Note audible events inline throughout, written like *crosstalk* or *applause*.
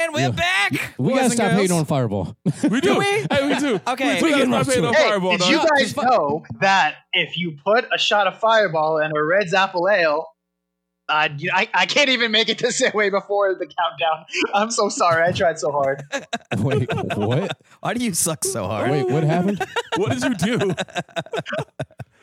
And we're back. We gotta boys and stop hating girls. on Fireball. *laughs* We do. we? Hey, we do. *laughs* Okay. We We do. can Stop roast hating it. on Hey, Fireball, did dog. you guys know that if you put a shot of Fireball in a Reds Apple Ale, uh, you- I, I can't even make it to segue before the countdown. *laughs* I'm so sorry. I tried so hard. *laughs* Wait, what? *laughs* Why do you suck so hard? Wait, what happened? What did you do?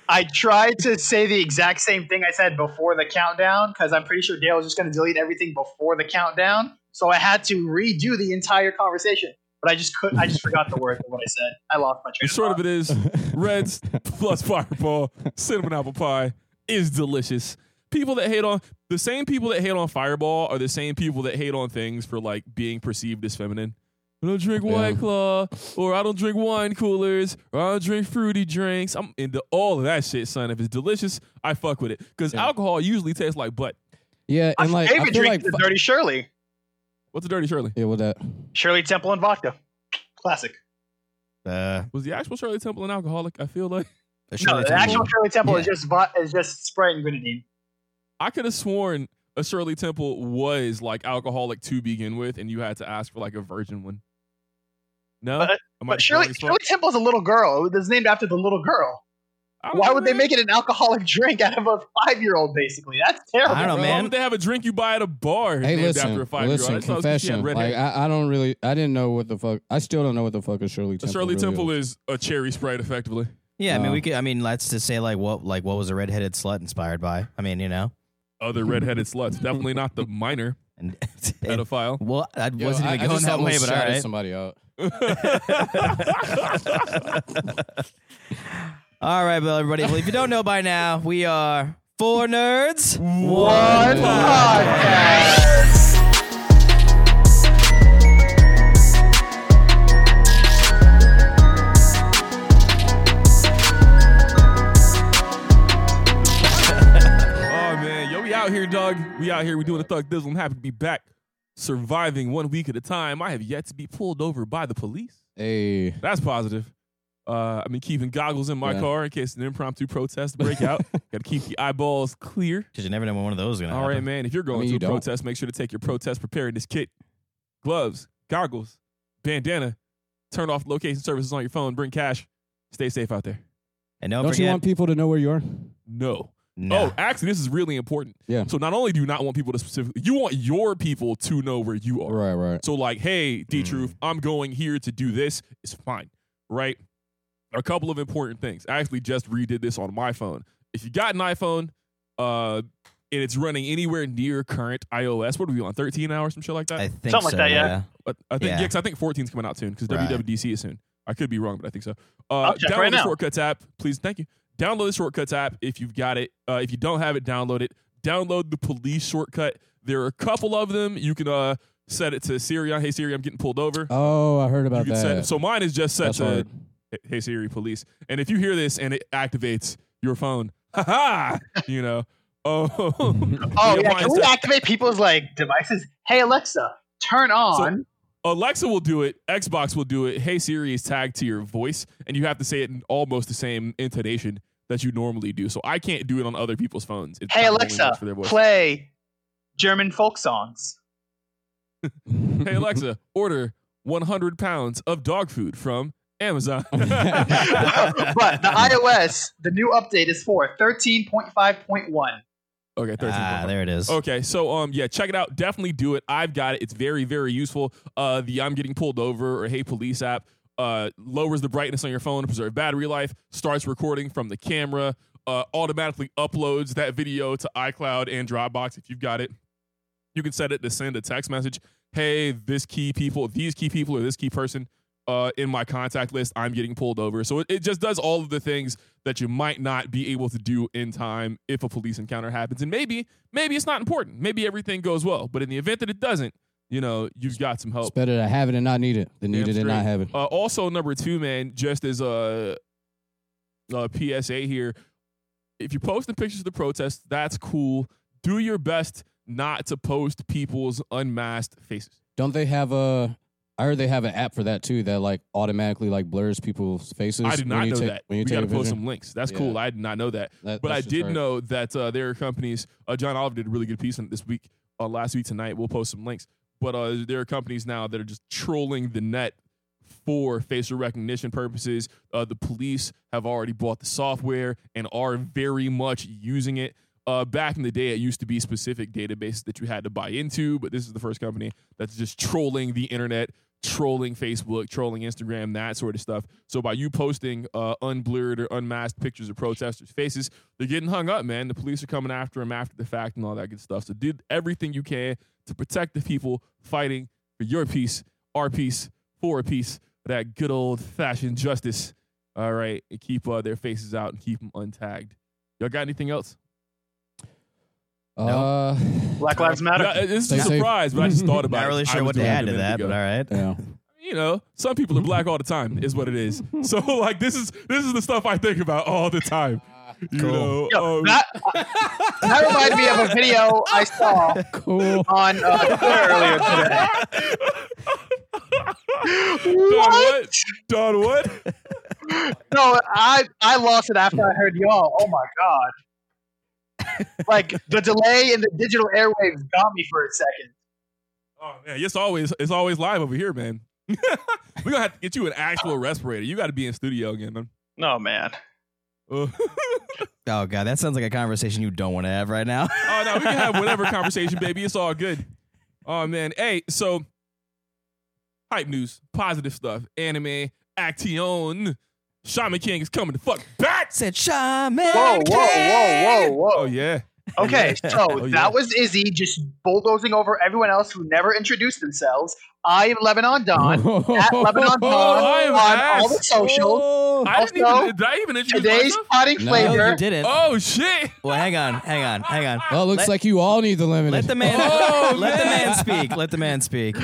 I tried to say the exact same thing I said before the countdown because I'm pretty sure Dale was just going to delete everything before the countdown. So I had to redo the entire conversation. But I just could *laughs* I just forgot the word of what I said. I lost my The train short of of thought. it *laughs* is Reds plus Fireball cinnamon apple pie is delicious. People that hate on the same people that hate on Fireball are the same people that hate on things for like being perceived as feminine. I don't drink White Yeah. Claw, or I don't drink wine coolers, or I don't drink fruity drinks. I'm into all of that shit, son. If it's delicious, I fuck with it because Yeah. alcohol usually tastes like butt. Yeah, My and like I favorite feel drink like is fi- Dirty Shirley. What's a dirty Shirley? yeah, with that. Shirley Temple and vodka. Classic. Uh, Was the actual Shirley Temple an alcoholic? I feel like the No, Shirley the Temple. actual Shirley Temple is just vo- is just Sprite and grenadine. I could have sworn a Shirley Temple was like alcoholic to begin with, and you had to ask for like a virgin one. No, But- uh, Am I But Shirley drunk as fuck? Shirley Temple's a little girl. It was named after the little girl. I don't Why know, would they man. make it an alcoholic *laughs* drink out of a five year old? Basically, that's terrible. I don't know, Why man. would they have a drink you buy at a bar Hey, named listen, after a five year old? listen, confession. Like I, I don't really, I didn't know what the fuck. I still don't know what the fuck a Shirley a Temple. Shirley really Temple is. is a cherry sprite, effectively. Yeah, I mean, Uh, we could. I mean, let's just say like what, like what was a redheaded slut inspired by? I mean, you know, Other redheaded sluts, definitely not the minor *laughs* and, and- pedophile. *laughs* well, I Yo, wasn't I- even I going just that way, almost but all shouted right. Somebody out. *laughs* *laughs* All right, well, everybody. Well, if you don't know by now, we are four *laughs* nerds. One podcast. Oh man, yo, we out here, Doug. We out here. We doing a thug dizzle. I'm happy to be back, surviving one week at a time. I have yet to be pulled over by the police. Hey, That's positive. Uh, I've been keeping goggles in my Yeah. car in case an impromptu protest *laughs* break out. Got to keep the eyeballs clear. Because you never know when one of those is gonna All right, happen. man. If you're going mean, to you a don't. protest, make sure to take your protest preparedness kit, gloves, goggles, bandana. Turn off location services on your phone. Bring cash. Stay safe out there. And don't, don't forget. you want people to know where you are? No. no. Oh, actually, this is really important. Yeah. So not only do you not want people to specifically, you want your people to know where you are. Right, right. So like, hey, D Truth, I'm going here to do this. It's fine, right? A couple of important things. I actually just redid this on my phone. If you got an iPhone, uh, and it's running anywhere near current iOS, what are we on? 13 hours, some shit like that. I I, think Something like so, that, yeah. I think yeah. yeah, 'cause I think 14 is coming out soon because Right. WWDC is soon. I could be wrong, but I think so. Uh, I'll check download right the now. shortcuts app, please. Thank you. Download the shortcuts app if you've got it. Uh, if you don't have it, download it. Download the police shortcut. There are a couple of them. You can uh, set it to Siri. Hey Siri, I'm getting pulled over. Oh, I heard You about can that. set, so mine is just set That's to hard. Hey Siri, police. And if you hear this and it activates your phone, *laughs* ha ha, you know. *laughs* Oh, *laughs* Oh, Yeah, yeah. mine's Can we set- activate people's like devices? Hey Alexa, turn on. Alexa will do it. Xbox will do it. Hey Siri is tagged to your voice, and you have to say it in almost the same intonation that you normally do. So I can't do it on other people's phones. It hey kinda only Alexa, works for their voice. play German folk songs. *laughs* *laughs* Hey Alexa, order 100 pounds of dog food from *laughs* Amazon. *laughs* but the iOS, the new update is for 13.5.1. okay, 13. Ah, there it is. Okay, so um, yeah, check it out. Definitely do it. I've got it. It's very, very useful. Uh, the I'm getting pulled over or Hey Police app uh lowers the brightness on your phone to preserve battery life. Starts recording from the camera. Uh, automatically uploads that video to iCloud and Dropbox if you've got it. You can set it to send a text message. Hey, this key people, these key people, or this key person uh, in my contact list, I'm getting pulled over. So it, it just does all of the things that you might not be able to do in time if a police encounter happens. And maybe, maybe it's not important. Maybe everything goes well. But in the event that it doesn't, you know, you've got some help. It's better to have it and not need it than need Damn it and straight. not have it. Uh, also, number two, man, just as a, a PSA here, if you're posting pictures of the protest, that's cool. Do your best not to post people's unmasked faces. Don't they have a? I heard they have an app for that too that like automatically like blurs people's faces. I did not when you know take, that. When you we take got to a picture. post some links. That's Yeah. cool. I did not know that. That- But that's I just did hard. know that uh, there are companies. Uh, John Oliver did a really good piece on this week, uh, last week tonight. We'll post some links. But uh, there are companies now that are just trolling the net for facial recognition purposes. Uh, the police have already bought the software and are very much using it. Uh, back in the day, it used to be specific databases that you had to buy into, but this is the first company that's just trolling the internet, trolling Facebook, trolling Instagram, that sort of stuff. So by you posting uh, unblurred or unmasked pictures of protesters' faces, they're getting hung up, man. The police are coming after them after the fact and all that good stuff. So do everything you can to protect the people fighting for your peace, our peace, for a peace, that good old fashioned justice. All right, and keep uh, their faces out and keep them untagged. Y'all got anything else? Uh, Black Lives Matter. Yeah, this is a Stay safe. surprise, but I *laughs* just thought about it. Not really I sure was what to doing it add a to minute that, ago. but all right. *laughs* yeah. you know, some people are black all the time, is what *laughs* it is. So like this is this is the stuff I think about all the time. You know, Yo, um, that, that reminded me of a video I saw Cool. on uh, Twitter earlier today. Don what? Don what? No, I I lost it after I heard y'all. Oh my god! Like the delay in the digital airwaves got me for a second. Oh man, it's always it's always live over here, man. *laughs* We're gonna have to get you an actual respirator. You gotta be in studio again, man. *laughs* No man. Uh, Oh god, that sounds like a conversation you don't want to have right now. oh no, we can have whatever conversation, baby. It's all good. Oh man. Hey, so hype news, positive stuff, anime, action. Shaman King is coming to fuck back. Said Shaman Whoa, whoa, whoa, whoa, King. whoa! Oh yeah. *laughs* Okay, so Oh, yeah. that was Izzy just bulldozing over everyone else who never introduced themselves. I am Lebanon Don at *laughs* Lebanon *laughs* Don Oh, I am on all the ass. socials. I didn't Also, even, did I even introduce Today's myself? potty No. No, flavor. Oh, you didn't. Oh shit! Well, hang on, hang on, hang on. Well, it looks Let- like you all need the lemonade. Let the *laughs* man. Oh, *laughs* let the man. Oh, man speak. Let the man speak.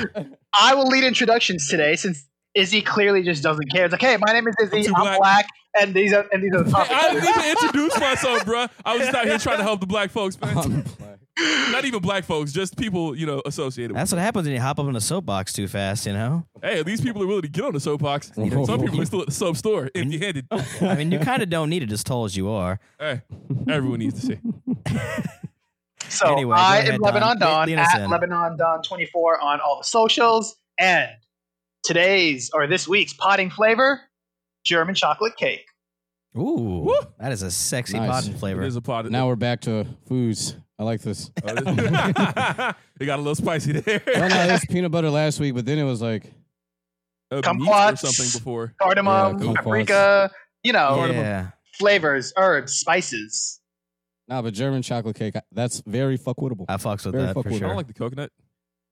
I will lead introductions today since Izzy clearly just doesn't care. It's like, hey, my name is Izzy. too I'm, black. black. and these are and these are the Hey, I didn't topics. even introduce myself, bruh. I was just out here trying to help the black folks, man. *laughs* *laughs* Um, Not even black folks, just people you know associated. with. That's what happens when you hop up in a soapbox too fast. You know. Hey, at least people are willing to get on the soapbox. Some people are still at the soap store, empty-handed. I mean, *laughs* you kind of don't need it as tall as you are. hey, everyone needs to *laughs* see. So Anyway, go I ahead, am Don. Lebanon Don Lead- lead us at in. Lebanon Don 24 on all the socials. And today's or this week's potting flavor, German chocolate cake. Ooh, that is a sexy Nice. nice. flavor. It is a pot. *laughs* now we're back to foods. I like this. Oh, *laughs* this- it got a little *laughs* spicy there. *laughs* *laughs* Well, no, this peanut butter last week, but then it was like Uh, Kumquats. meats or something before. Cardamom, Yeah, cool. paprika, you know, yeah. flavors, herbs, spices. nah, but German chocolate cake. I- That's very fuckwittable. I fucks with Very that fuck for with I sure. don't like the coconut.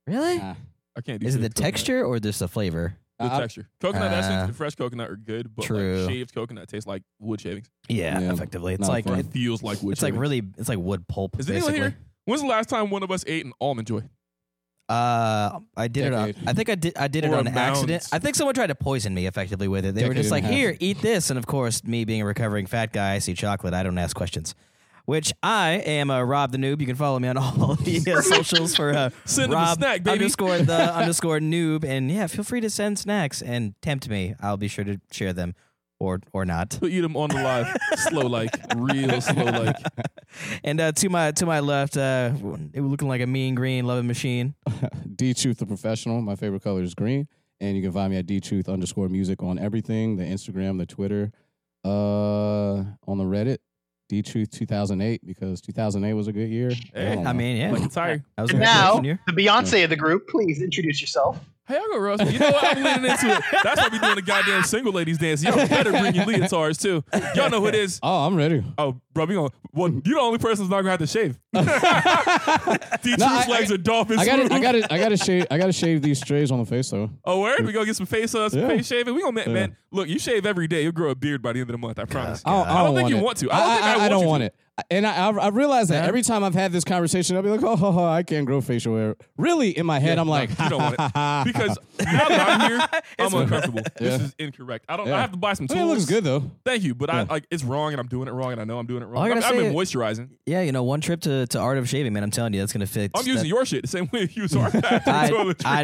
really? Nah. I can't do. Is it the shaved coconut. texture or just the flavor? The I- texture. Coconut Uh, essence and fresh coconut are good, but true. like shaved coconut tastes like wood shavings. Yeah, Yeah. effectively. It's Not like fun. it- It feels like wood. it's like shavings. really it's like wood pulp. Is anyone basically. here? When's the last time one of us ate an almond joy? Uh, I did it Decade. on. I think I did. I did it Or on a accident. mound. I think someone tried to poison me effectively with it. They were Decade just like, and a half. "Here, eat this," and of course, me being a recovering fat guy, I see chocolate. I don't ask questions. Which I am uh, Rob the Noob. You can follow me on *laughs* all the uh, socials for uh, Send him a Rob snack, baby. underscore *laughs* the underscore Noob, and yeah, feel free to send snacks and tempt me. I'll be sure to share them, or or not. We'll eat them on the live, slow like, real slow like. *laughs* And uh, to my to my left, uh, it was looking like a mean green loving machine. D Truth the professional. My favorite color is green, and you can find me at D Truth underscore music on everything: the Instagram, the Twitter, uh, on the Reddit. D Truth 2008 because 2008 was a good year. Hey, don't I know. mean, yeah, Like a tire. that was a And good now, freshman year. the Beyonce of the group, please introduce yourself. Hey, I go roast. You know what? I'm leaning into it. That's why we doing the goddamn single ladies dance. Y'all better bring your leotards too. Y'all know who it is. Oh, I'm ready. Oh, bro, we gonna. Well, you're the only person that's not gonna have *laughs* to shave. *laughs* D No, I- Truth's legs I- are dolphins. I got to I got to I got to shave. I got to shave these strays on the face though. *laughs* Oh, word? We gonna get some face uh, some Yeah. face shaving. We gonna man, Yeah. man. Look, you shave every day. You'll grow a beard by the end of the month. I promise. I don't, I don't think want you it. want to. I don't think I want don't you want it. And I, I, I realize that Yeah. every time I've had this conversation, I'll be like, oh, ho, ho, I can't grow facial hair. Really, in my head, I'm No, like, you don't want *laughs* it because now that I'm here, I'm uncomfortable. This Yeah. is incorrect. I don't. I Yeah. have to buy some I tools. mean, it looks good though. Thank you, but I Yeah. like it's wrong, and I'm doing it wrong, and I know I'm doing it wrong. I I've, gotta I've say been it- moisturizing. Yeah, you know, one trip to, to Art of Shaving, man. I'm telling you, that's gonna fit. I'm using your shit the same way you use *laughs* our bathroom I-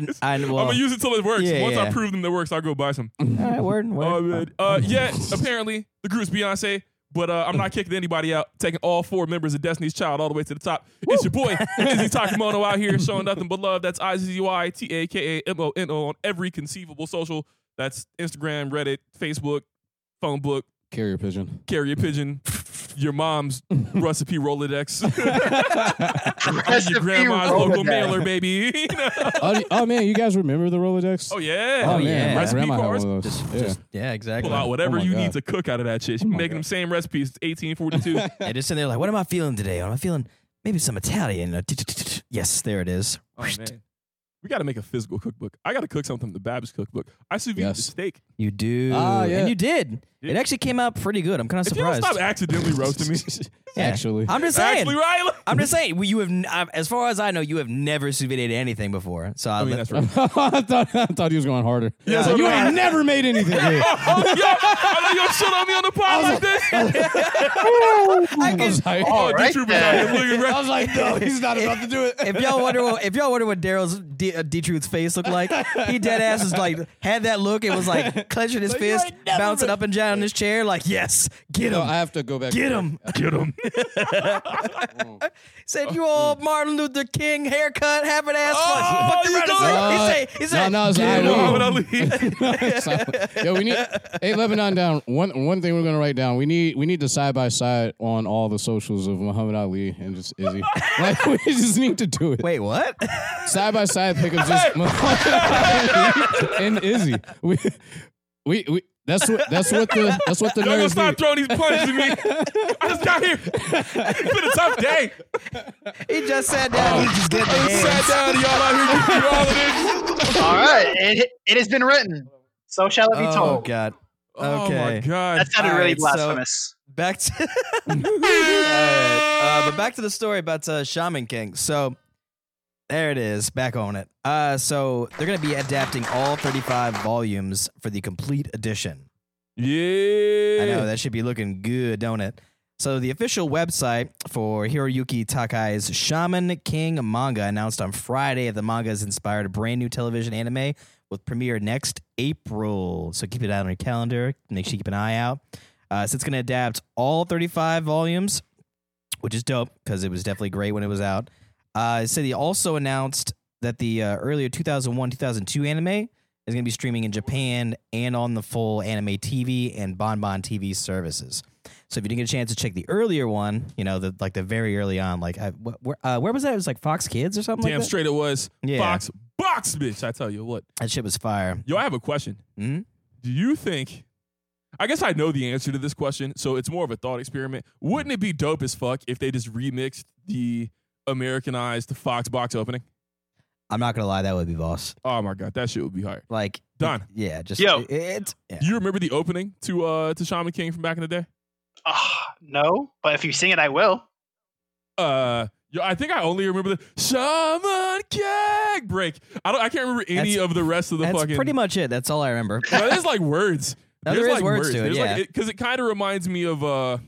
toiletries. I- I- *laughs* I'm well, gonna use it till it works. yeah, Once I yeah. *laughs* prove them that it works, I'll go buy some. *laughs* All right, word, word. Oh, man. Uh, yeah, apparently the group's Beyonce, But uh, I'm not kicking anybody out. Taking all four members of Destiny's Child all the way to the top. It's your boy *laughs* Izzy Takamono out here showing nothing but love. That's I Z Z Y T A K A M O N O on every conceivable social. That's Instagram, Reddit, Facebook, phone book, Carrier pigeon. *laughs* carrier pigeon, *laughs* your mom's recipe Rolodex, *laughs* Recipe your grandma's local Rolodex. mailer, baby. *laughs* You know? oh, y- oh, man, you guys remember the Rolodex? Oh yeah, Oh, man, yeah. my recipe grandma had one cards. of those. Just, yeah. just yeah, exactly. Pull out whatever Oh my you God. Oh, need to cook out of that shit. She's my making them same recipes. It's 1842. I just sitting there like, what am I feeling today? Am I feeling maybe some Italian? uh, Yes, there it is. Oh, man. We got to make a physical cookbook. I got to cook something, the Babs cookbook. I sous vide the Yes. steak. You do. Ah, yeah. And you did. Yeah. It actually came out pretty good. I'm kind of If you don't surprised. stop accidentally roasting me. Yeah. Actually, I'm just saying. Actually, right? Like- I'm just saying. well, You have, n- I've- as far as I know, you have never sous vide anything before. So I, I mean, that's right. *laughs* I, thought, I thought he was going harder. Yeah, so you do I. ain't never made *laughs* anything here. Oh, yo, I know you shit on me on the pod like this. I I could- was like, Oh, All right D-Troopers out here looking right. I was like, no, he's not about to do it. if y'all wonder, what, if y'all wonder what Daryl's D, uh, D Truth's face looked like, he dead ass is like had that look. It was *laughs* like clenching his you fist, ain't never bouncing up and down in his chair, like yes, get him, No, I have to go back. get *laughs* him. Get him. *laughs* Said you old Mm. Martin Luther King haircut, having ass. Oh, fuck you around and know say- it. He say, he said, no, it's get not. him. Ooh. Muhammad Ali. So- Yo, we need hey Lebanon down. One one thing we're gonna write down. We need we need the side by side on all the socials of Muhammad Ali and just Izzy. *laughs* like we just need to do it. Wait, what? *laughs* Side by side pickups just Muhammad Ali *laughs* and Izzy. We we, we that's what that's what the that's what the Y'all gonna nerds stop do. throwing these punches at *laughs* me. I just got here. It's been a tough day. he just sat down. Oh. He just did the I just hands. sat down and y'all out here giving me all of this. All right, it, it has been written. So shall it be Oh told. god. Oh my Okay. God. That sounded All really right, so- blasphemous. back to *laughs* All right. uh, but back to the story about uh, Shaman King. So there it is, back on it. Uh, so they're going to be adapting all 35 volumes for the complete edition. Yeah. I know that should be looking good, don't it? So the official website for Hiroyuki Takai's Shaman King manga announced on Friday that the manga has inspired a brand new television anime with premiere next April. So keep it out on your calendar. Make sure you keep an eye out. Uh, so it's going to adapt all 35 volumes, which is dope because it was definitely great when it was out. Uh, so they also announced that the uh, earlier 2001-2002 anime is going to be streaming in Japan and on the full anime TV and Bonbon TV services. So if you didn't get a chance to check the earlier one, you know, the like the very early on, like I, wh- where, uh, where was that? It was like Fox Kids or something Damn like that. straight it was. Yeah. Box, box, bitch. I tell you what. That shit was fire. Yo, I have a question. Hmm? Do you think? I guess I know the answer to this question, so it's more of a thought experiment. Wouldn't it be dope as fuck if they just remixed the Americanized Fox box opening? I'm not gonna lie, that would be boss. Oh my god, that shit would be hard. Like Done. Yeah, just Yo. it- it- yeah. Do you remember the opening to uh to Shaman King from back in the day? Ah, no, but if you sing it, I will. Uh yo, I think I only remember the Shaman King break. I don't I can't remember any That's- of the rest of the That's fucking pretty much it. That's all I *laughs* remember. No, there's *laughs* like words. No, there there's is like words to it, There's yeah. like, because it, kind of reminds me of uh,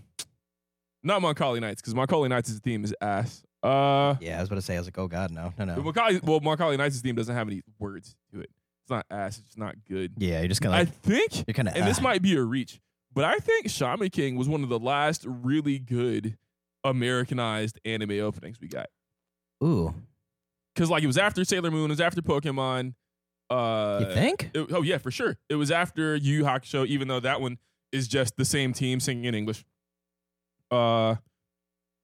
not Macaulay Knights because Macaulay Knights' theme is ass. Uh, yeah, I was about to say, I was like, oh god, no, no, no. Macaulay, well, Macaulay Knights' theme doesn't have any words to it. It's not ass. It's just not good. Yeah, you're just kind of I like, think, you're uh, kind of. and this might be a reach, but I think Shaman King was one of the last really good Americanized anime openings we got Ooh, because like it was after Sailor Moon, it was after Pokemon. Uh, you think? It- oh yeah, for sure. It was after Yu Yu Hakusho, even though that one is just the same team singing in English. Uh,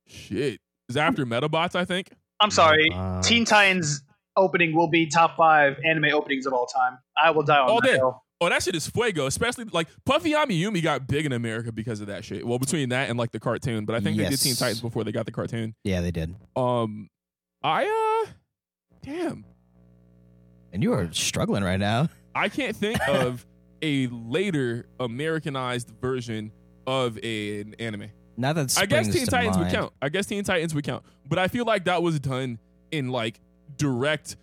shit. It's after Metabots, I think. I'm sorry. Uh, Teen Titans opening will be top five anime openings of all time. I will die on All that day. hill. Oh, that shit is fuego. Especially like Puffy Amiyumi got big in America because of that shit. Well, between that and like the cartoon, but I think they did Yes. Teen Titans before they got the cartoon. yeah, they did. Um, I uh, damn, And you are struggling right now. I can't think of a later Americanized version of a- an anime. Not that I guess springs Teen to Titans would mind. count. I guess Teen Titans would count. But I feel like that was done in like direct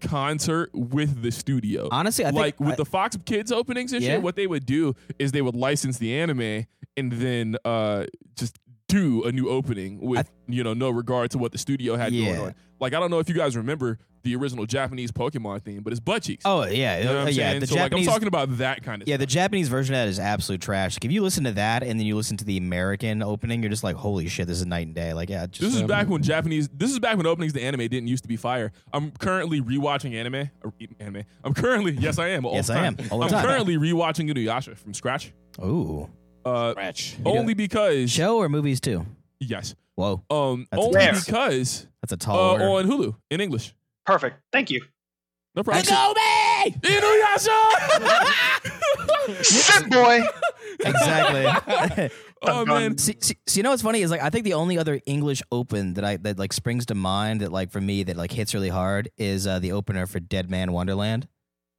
concert with the studio. Honestly, I think like with I- the Fox Kids openings and Yeah. shit, what they would do is they would license the anime and then uh just do a new opening with I- you know no regard to what the studio had Yeah. going on. Like I don't know if you guys remember the original Japanese Pokemon theme, but it's butt cheeks. Oh yeah, You know what I'm yeah. saying? The so Japanese, like I'm talking about that kind of yeah, stuff. the Japanese version of that is absolute trash. Like, if you listen to that and then you listen to the American opening, you're just like, holy shit, this is night and day. Like, yeah, just This is Yeah. back when Japanese. This is back when openings to anime didn't used to be fire. I'm currently rewatching anime. Or anime. I'm currently. *laughs* Yes, I am. All yes, the I time. am all the I'm time. currently rewatching Inuyasha from scratch. Ooh, Uh, Scratch. only because show or movies too? yes. Whoa, Um, That's a only test. because that's a uh, tall order. on Hulu in English. Perfect. Thank you. No problem. me! Inuyasha. *laughs* Sit boy. exactly. *laughs* *laughs* oh man. see, see, see, you know what's funny is like I think the only other English open that I that like springs to mind that like for me that like hits really hard is uh, the opener for Dead Man Wonderland.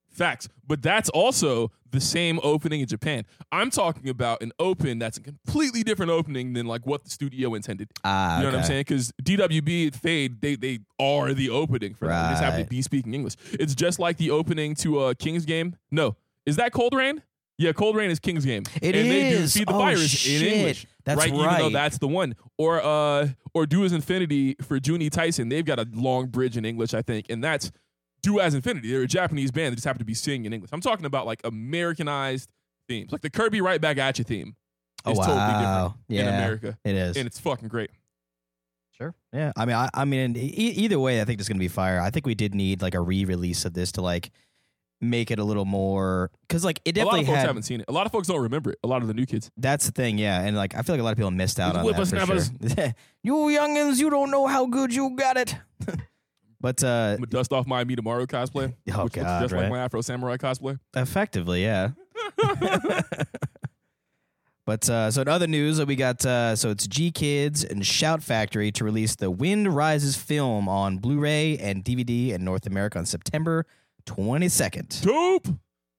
Facts. But that's also the same opening in Japan. I'm talking about an open that's a completely different opening than like what the studio intended. Ah, You know what I'm okay. saying? Because DWB, Fade, they they are the opening for that. They just have to Right. be speaking English. It's just like the opening to uh, King's Game. No, is that Cold Rain? Yeah, Cold Rain is King's Game. It and they do is. Feed the Oh, Fire is shit. in English. That's right, Even though right. that's the one. Or uh, or Do as Infinity for Junie Tyson. They've got a long bridge in English, I think, and that's Do as Infinity. They're a Japanese band that just happen to be singing in English. I'm talking about like Americanized themes, like the Kirby Right Back at You theme. Oh is totally different wow, in yeah, America, it is. and it's fucking great. Sure. Yeah. I mean, I, I mean, e- either way, I think it's gonna be fire. I think we did need like a re-release of this to like make it a little more because like it A lot definitely of folks had. haven't seen it. A lot of folks don't remember it. A lot of the new kids. That's the thing, yeah, and like I feel like a lot of people missed out These on that for sure. *laughs* you youngins, you don't know how good you got it. *laughs* but uh, I'm gonna dust off my Me Tomorrow cosplay, *laughs* Oh, which God, looks just right? like my Afro Samurai cosplay. effectively, *laughs* yeah. *laughs* But uh, so in other news, we got uh, so it's G Kids and Shout Factory to release the Wind Rises film on Blu-ray and DVD in North America on September twenty second. Dope.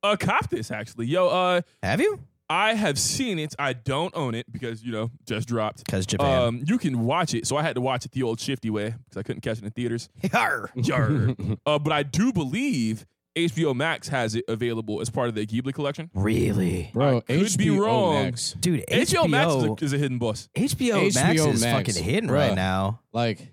Uh, cop this actually, yo. Uh, Have you? I have seen it. I don't own it because you know just dropped. Because Japan. Um, you can watch it. So I had to watch it the old shifty way because I couldn't catch it *laughs* in theaters. *laughs* Yarr. Yarr. uh, but I do believe HBO Max has it available as part of the Ghibli collection. Really, *laughs* Bro, I could HBO be wrong. Max. dude? HBO, HBO Max is a, is a hidden boss. HBO Max HBO is Max, fucking hitting bruh. right now. Like,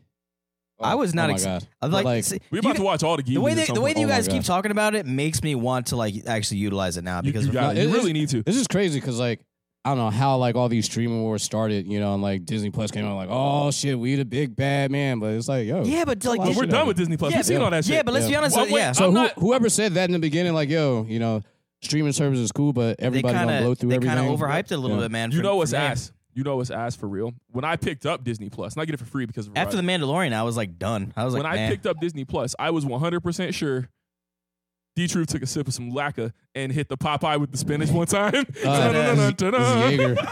I was not Oh my ex- god. I'm But, like, see, We're you about g- to watch all the Ghibli. the way they, at some the way point. that you Oh my guys keep God. talking about it makes me want to like actually utilize it now you, *laughs* because you, got No, it. it you is- really need to. This is crazy because like I don't know how like all these streaming wars started, you know, and like Disney Plus came out like, oh shit, we the big bad man, but it's like yo, yeah, but like Well, But you we're should done have with it. Disney Plus. Yeah, We've seen all that shit. yeah, but let's Yeah. be honest, Well, wait, yeah. So I'm who, not- whoever said that in the beginning, like yo, you know, streaming service is cool, but everybody they gonna kinda, blow through they everything. kinda overhyped it a little Yeah. bit, man. You for- know for what's me. ass? You know what's ass for real? When I picked up Disney Plus, and I get it for free because of Verizon. After the Mandalorian, I was like done. I was like, when I man. *laughs* picked up Disney Plus, I was 100% sure D Truth took a sip of some lacquer and hit the Popeye with the spinach one time. *laughs* Uh, Dun-dun-dun-dun-dun. this is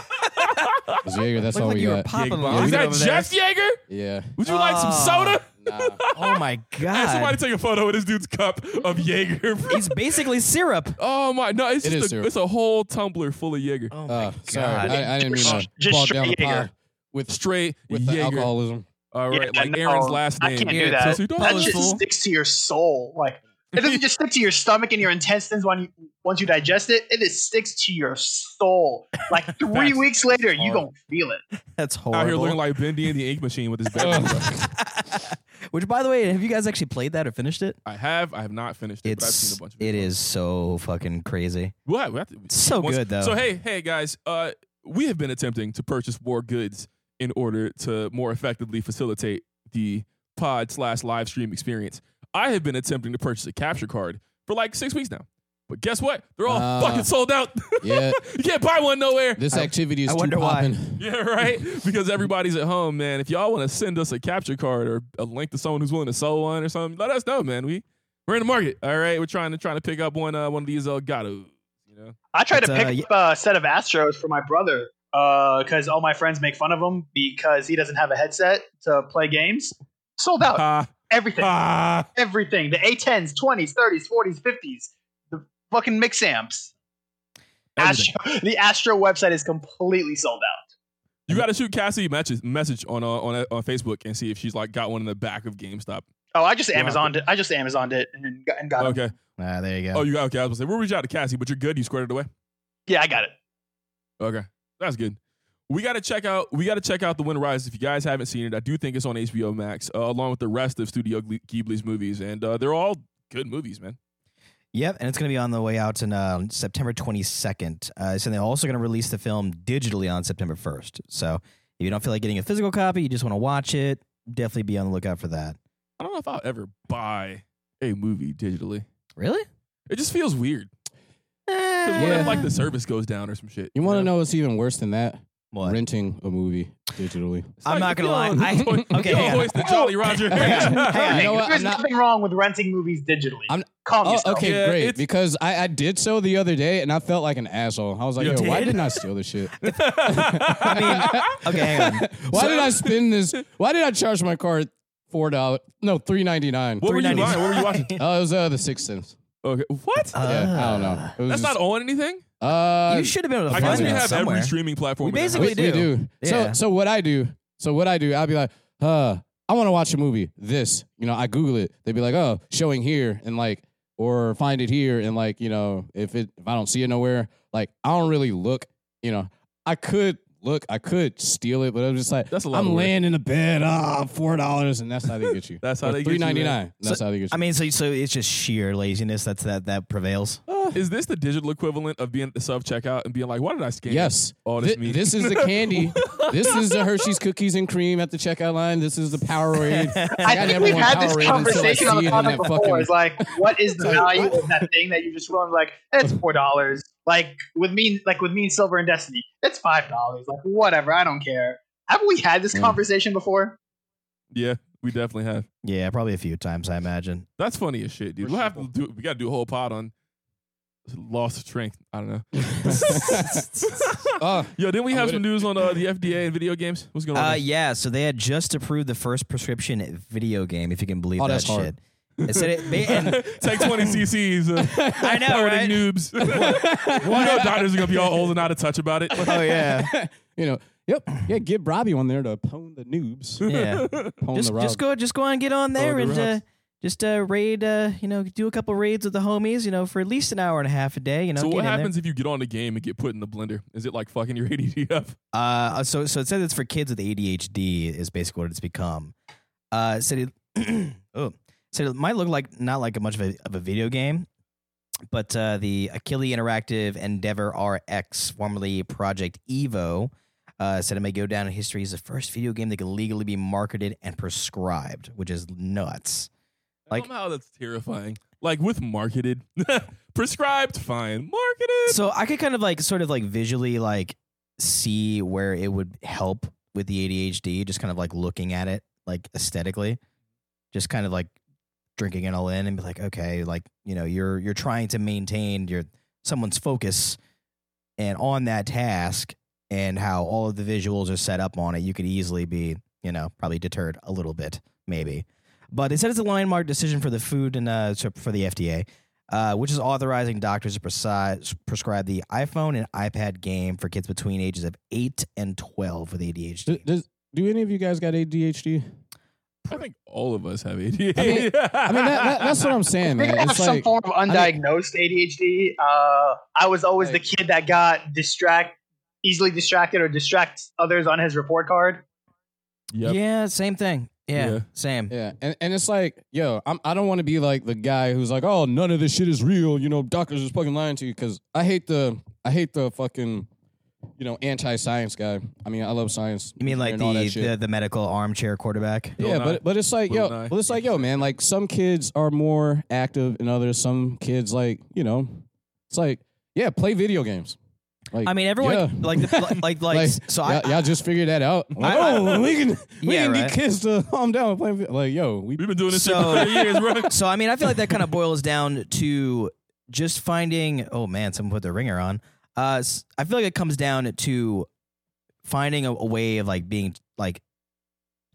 Jaeger. *laughs* This is Jaeger. That's Looked all like we you were got. popping Jaeger. along Is that over there. Jeff Yeager? yeah. Would you like some *laughs* Oh. soda? *laughs* Nah. Oh my Hey, somebody god, take a photo of this dude's cup of Jaeger. it's basically syrup. *laughs* oh my, no, it's It just is a, syrup. it's a whole tumbler full of Jaeger. Oh my Uh, god. sorry, I, I didn't mean to Just- just fall down the straight Jaeger. pie with Straight with the Jaeger. alcoholism. All right, Yeah, like no, Aaron's last I name. can't do Yeah, that. so- so don't- That was shit full. sticks to your soul. Like *laughs* it doesn't just stick to your stomach and your intestines when you, once you digest it. It just sticks to your soul. Like three Facts. weeks later, you Hard. gonna feel it. That's horrible. out here looking like Bendy and the Ink Machine with his back. *laughs* *laughs* Which, by the way, have you guys actually played that or finished it? I have. I have not finished it, but I've seen It's a bunch of it is so fucking crazy. We'll have- we have to- It's so once- good though. So hey, hey guys, uh, we have been attempting to purchase more goods in order to more effectively facilitate the pod slash live stream experience. I have been attempting to purchase a capture card for like six weeks now, but guess what? They're all Uh, fucking sold out. *laughs* Yeah. you can't buy one nowhere. This *laughs* I- activity is I too wonder why. poppin'. yeah, right. Because everybody's at home, man. If y'all want to send us a capture card or a link to someone who's willing to sell one or something, let us know, man. We we're in the market. All right, we're trying to trying to pick up one uh, one of these Elgato. You know, I tried But, to uh, pick up a set of Astros for my brother because all my friends make fun of him because he doesn't have a headset to play games. Sold out. ah everything. ah. *laughs* everything. The A10s, 20s, 30s, 40s, 50s. The fucking mix amps. Everything. Astro, the Astro website is completely sold out. You got to shoot Cassie message message on uh, on uh, on Facebook and see if she's like got one in the back of GameStop. Oh, I just What Amazoned it. I just Amazoned it and got, and got it. Okay. ah, there you go. Oh, you got okay. I was gonna say we'll reach out to Cassie, but you're good. You squared it away. Yeah, I got it. Okay, that's good. we got to check out we got to check out the Wind Rises. If you guys haven't seen it, I do think it's on HBO Max, uh, along with the rest of Studio Ghibli- Ghibli's movies, and uh, they're all good movies, man. Yep, and it's going to be on the way out in uh, September 22nd. Uh, so they're also going to release the film digitally on September 1st. So if you don't feel like getting a physical copy, you just want to watch it, definitely be on the lookout for that. I don't know if I'll ever buy a movie digitally. Really? It just feels weird. Eh, 'Cause what if like the service goes down or some shit? You want to know what's even worse than that? *laughs* What? Renting a movie digitally. It's I'm not you gonna know, lie. you I- know, okay, you know, hang on. hoist the *laughs* Jolly Roger. *laughs* Hang on, hang on. You know Hey, what? There's I'm not- nothing wrong with renting movies digitally. I'm- Calm Oh, yourself. okay, Yeah, great. it's- Because I, I did so the other day, and I felt like an asshole. I was like, You Yo, why did? didn't I steal *laughs* this shit? I mean, *laughs* okay, hang on. *laughs* why did I spend this? Why did I charge my card four dollars? No, three ninety nine. *laughs* what were you 390. buying? What were you *laughs* watching? *laughs* Oh, it was uh, the Sixth Sense. Okay, what? yeah, I don't know. It was That's just- not on anything. Uh, Ah. You should have been able to I find guess we it have somewhere. every streaming platform. We have. basically we, do. we do. Yeah. So so what I do, so what I do, I'll be like, uh, I want to watch a movie. This, you know, I Google it. They'd be like, oh, showing here and like, or find it here and like, you know, if it if I don't see it nowhere, like I don't really look. You know, I could look, I could steal it, but I'm just like, That's a lot I'm of work. laying in the bed, ah, four dollars, and that's how they get you. *laughs* That's how they get three you, ninety nine. That's how they get you. I mean, so so it's just sheer laziness that's that that prevails. *sighs* Is this the digital equivalent of being at the self checkout and being like, why did I scan? Yes. All this Thi- meat. this *laughs* is the candy. this is the Hershey's cookies and cream at the checkout line. This is the *laughs* Powerade. Like, I think never we've want had this Powerade until I conversation on see it the in topic that before. fucking- It's like, what is the value of that thing that you just want? Like, it's four dollars. Like with me, like with me and Silver and Destiny, it's five dollars. Like whatever, I don't care. Haven't we had this Yeah. conversation before? Yeah, we definitely have. Yeah, probably a few times, I *laughs* imagine. *laughs* That's funny as shit, dude. For We'll have to sure. do. We got to do a whole pod on lost strength. I don't know. Oh, Yo, didn't we I'm have with some it. news on uh, the FDA and video games? What's going on? Uh, there? yeah, so they had just approved the first prescription video game, if you can believe Oh, that that's shit. hard. It said it. *laughs* They, and Take 20 cc's. *laughs* Uh, I know, power to right? noobs. *laughs* you know doctors are going to be all old and out of *laughs* touch about it. Oh *laughs* yeah, you know, yep. Yeah, get Robbie on there to pwn the noobs. yeah. *laughs* Pwn just the Rob. just go just go on and get on there the and uh, rocks. just uh, raid. Uh, you know, do a couple raids with the homies. You know, for at least an hour and a half a day. You know, so get what in there. happens if you get on the game and get put in the blender? Is it like fucking your *laughs* ADD up? Uh, so so it said it's for kids with ADHD is basically what it's become. Uh, it said it, *clears throat* oh, it said it might look like not like a much of a, of a video game, but uh, the Achille Interactive Endeavor RX, formerly Project Evo, uh, said it may go down in history as the first video game that can legally be marketed and prescribed, which is nuts. Like- Somehow that's terrifying. Like with marketed, *laughs* prescribed, fine. Marketed. So I could kind of like sort of like visually like see where it would help with the ADHD, just kind of like looking at it like aesthetically, just kind of like drinking it all in and be like, okay, like you know, you're you're trying to maintain your someone's focus and on that task and how all of the visuals are set up on it, you could easily be, you know, probably deterred a little bit, maybe. But it said it's a landmark decision for the food and uh, so- for the FDA, uh, which is authorizing doctors to presi- prescribe the iPhone and iPad game for kids between ages of 8 and 12 with ADHD. Do, does, do any of you guys got ADHD? I think all of us have ADHD. I mean- I mean, that, that, that's what I'm saying, We're man. *laughs* gonna have It's some like, form of undiagnosed ADHD. Uh, I was always Like- the kid that got distract, easily distracted, or distracts others on his report card. *laughs* Yep. Yeah, same thing. Yeah, Yeah. same. yeah, and, and it's like, yo, I'm, I don't want to be like the guy who's like, oh, none of this shit is real. You know, doctors is fucking lying to you because I hate the, I hate the fucking, you know, anti-science guy. I mean, I love science. You mean like and all that the, shit. the the medical armchair quarterback? Bill yeah, Nye. but but it's like Bill yo, Nye. but it's like yo, man. Like some kids are more active and others. Some kids like you know, it's like yeah, play video games. Like I mean, everyone yeah. like, the, like *laughs* like so. I, y'all, y'all just figured that out. Like, I- oh, we can we Yeah, can right. get kids to *laughs* calm down and play. vi- Like yo, we We've been doing this So- shit for 30 years, *laughs* bro. so I mean, I feel like that kind of boils down to just finding. Oh man, someone put the ringer on. Uh, s- I feel like it comes down to finding a, a way of like being like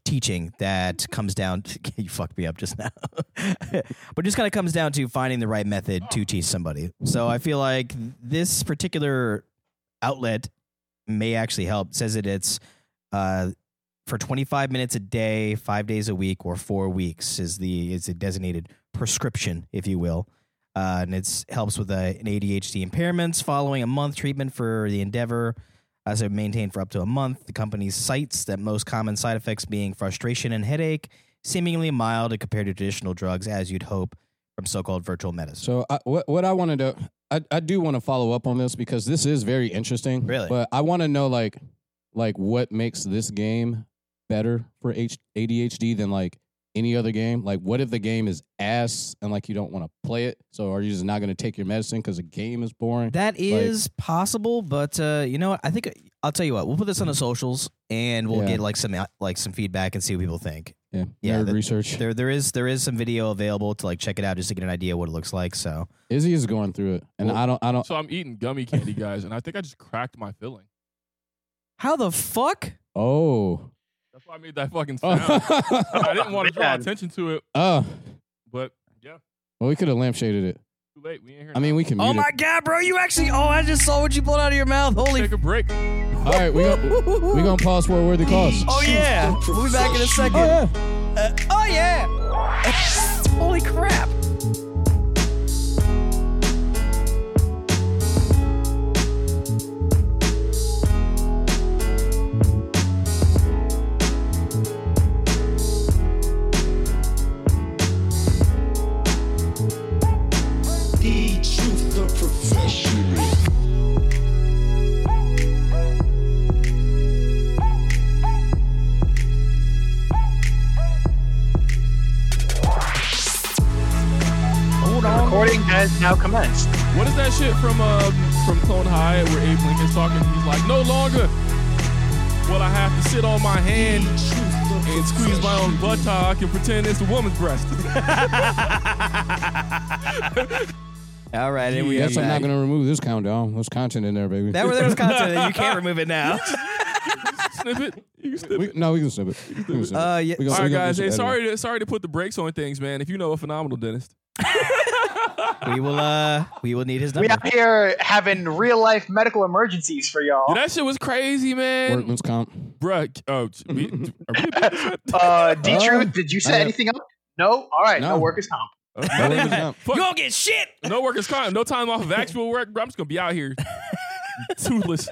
teaching that comes down. To, *laughs* you fucked me up just now, *laughs* but just kind of comes down to finding the right method to teach somebody. So I feel like this particular outlet may actually help. It says that it's uh, for 25 minutes a day, five days a week, or four weeks is the is a designated prescription, if you will. Uh, and it helps with uh, an ADHD impairments following a month treatment for the endeavor. As are maintained for up to a month, the company cites that most common side effects being frustration and headache, seemingly mild compared to traditional drugs, as you'd hope from so-called virtual medicine. So I, what what I wanted to I, I do want to follow up on this because this is very interesting. Really? but I want to know like like what makes this game better for H- ADHD than like any other game. Like, what if the game is ass and like you don't want to play it? So are you just not going to take your medicine because the game is boring? That is possible, but uh, you know what? I think I'll tell you what. We'll put this on the socials, and we'll Yeah. get like some like some feedback and see what people think. yeah, yeah, nerd that- research. There, there is there is some video available to like check it out just to get an idea what it looks like. So Izzy is going through it, and Well, I don't I don't. So I'm eating gummy candy, guys, and I think I just cracked my filling. how the fuck? Oh, That's why I made that fucking sound. *laughs* oh, I didn't want to draw Man. attention to it, well, but yeah, Oh, we could have lampshaded it. too late. We ain't here. I mean, we can. Oh mute it. my god, bro! You actually? Oh, I just saw what you pulled out of your mouth. Holy. Take a break. All right, we gonna, we gonna *laughs* pause for a worthy cause. *laughs* oh yeah, we'll be back in a second. Uh, oh yeah. *laughs* Holy crap. The truth, the professional. Hold The on. recording has now commenced. What is that shit from um, from Clone High where Abe Lincoln's talking? He's like, no longer will I have to sit on my hand and squeeze my own buttock and pretend it's a woman's breast. *laughs* All right, and we Guess are I'm not back. gonna remove this countdown. There's content in there, baby. That there was content. and You can't remove it now. snip it. You can *laughs* snip we, no, we can snip it. We can snip it. Uh, yeah. We gonna- All we right, gonna do guys. some Hey, editing. sorry to sorry to put the brakes on things, man. If you know a phenomenal dentist, we will. Uh, we will need his We number. out here having real life medical emergencies for y'all. Dude, that shit was crazy, man. Workman's *laughs* comp. Bruh, oh, t- *laughs* we, are we doing this yet? Uh, D Truth, Uh, did you I set have- anything up? No. All right. No, No. workers comp. Not even that. You Fuck, gonna get shit. no workers' comp, no time off of actual work. Bro, I'm just gonna be out *laughs* here toothless.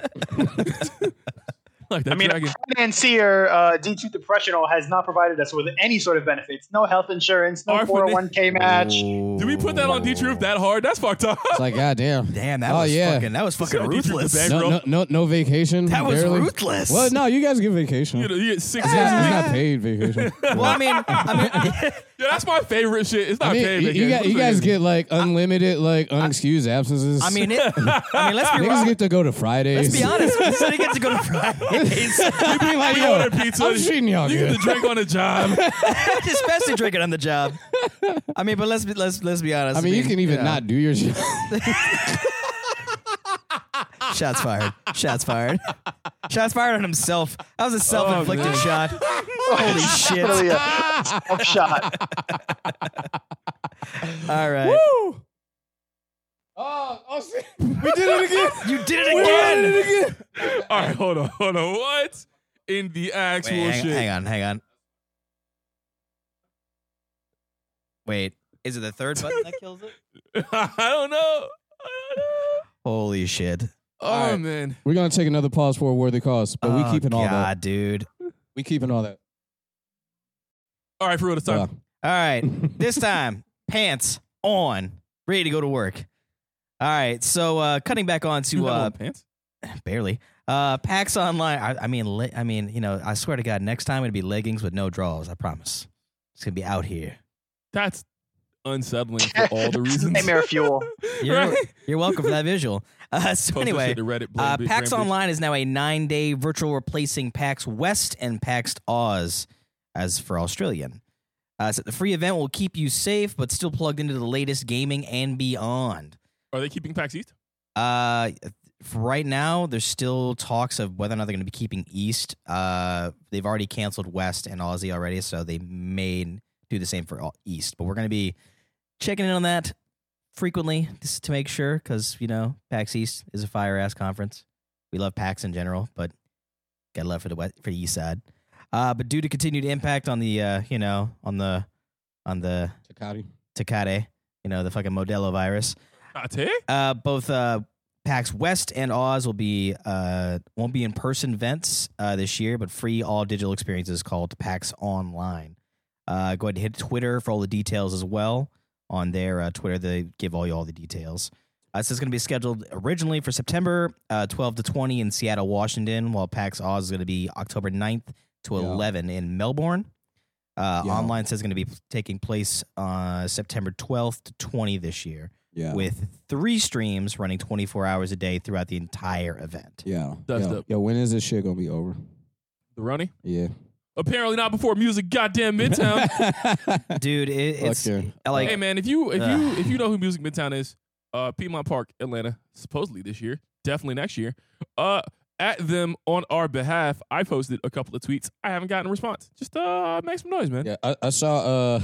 like that I mean, dragon. financier uh, D Truth the professional has not provided us with any sort of benefits. No health insurance. No Our four hundred one k match. Did we put that on D Truth that hard? That's fucked up. It's like goddamn. Damn, that Oh, was yeah. fucking. That was fucking Said he drew the ruthless. bag. No, no, no, no vacation. That was barely. ruthless. Well, no, you guys get vacation. *laughs* you It's know, not, you get six it's days. not *laughs* paid vacation. Well, I mean, I mean, Yeah, that's my favorite shit. It's not I mean, paid. you, you vacation. got- you What guys is it? get like unlimited, like unexcused absences. I mean, it, I mean, let's be *laughs* niggas wrong. get to go to Fridays. Let's be *laughs* honest. We said he gets to go to *laughs* Fridays, You be like, We yo, order pizza. I'm treating y'all You get good. the drink on the job. *laughs* especially drinking on the job. I mean, but let's be let's let's be honest. I mean, you can even know, not do your job. Shots fired. Shots fired. Shots fired on himself. That was a Oh, self-inflicted shot. Holy Really shit! a tough shot. *laughs* All right, oh, oh, *laughs* shit. we did it again. you did it again. it again. *laughs* All right, hold on, hold on. What in the actual Wait, hang, shit? *laughs* hang on, hang on. Wait, is it the *laughs* third button that kills it? I don't know. I don't know. Holy shit. Oh right. man, *laughs* We're gonna take another pause for a worthy cause, but we Oh, keeping all that. God, dude. We keeping all that. all right, for real this time. All right. this time, *laughs* pants on, ready to go to work. All right. So uh cutting back on *laughs* You to have uh on pants? barely. Uh PAX online. I, I mean le- I mean, you know, I swear to God, next time it'll be leggings with no drawers, I promise. It's gonna be out here. That's unsettling for *laughs* all the reasons. Nightmare *laughs* fuel. *laughs* You're, Right? you're welcome for that visual. *laughs* Uh, so *laughs* Post *laughs* that anyway, shit to Reddit, blame Uh, Big PAX Graham Big- Online is now a nine day virtual replacing PAX West and PAX Oz as for Australian. Uh, so the free event will keep you safe, but still plugged into the latest gaming and beyond. Are they keeping PAX East? Uh, for right now, there's still talks of whether or not they're going to be keeping East. Uh, they've already canceled West and Aussie already, so they may do the same for all East. But we're going to be checking in on that frequently just to make sure, because you know PAX East is a fire ass conference. We love PAX in general, but got love for the west for the East side. Uh, but due to continued impact on the uh, you know on the on the Takati. Takate, you know the fucking Modelo virus, Tate? uh, both uh, PAX West and Oz will be uh, won't be in person events uh, this year, but free all digital experiences called PAX Online. Uh, go ahead and hit Twitter for all the details as well. On their uh, Twitter, they give all you all the details. Uh, so it's going to be scheduled originally for September uh, 12 to 20 in Seattle, Washington, while PAX Oz is going to be October 9th to Yeah. 11 in Melbourne. Uh, Yeah. Online says going to be taking place uh, September 12th to 20 this year Yeah. with three streams running 24 hours a day throughout the entire event. yeah. That's yo, dope. yo, when is this shit gonna be over? The Ronnie? Yeah. Apparently not before music. *laughs* Goddamn Midtown. Dude, it, *laughs* Fuck it's yeah. like hey man, if you if you Ugh. if you know who Music Midtown is, uh, Piedmont Park, Atlanta, supposedly this year, definitely next year. Uh, at them on our behalf, I posted a couple of tweets. I haven't gotten a response. Just uh, make some noise, man. Yeah, I, I saw uh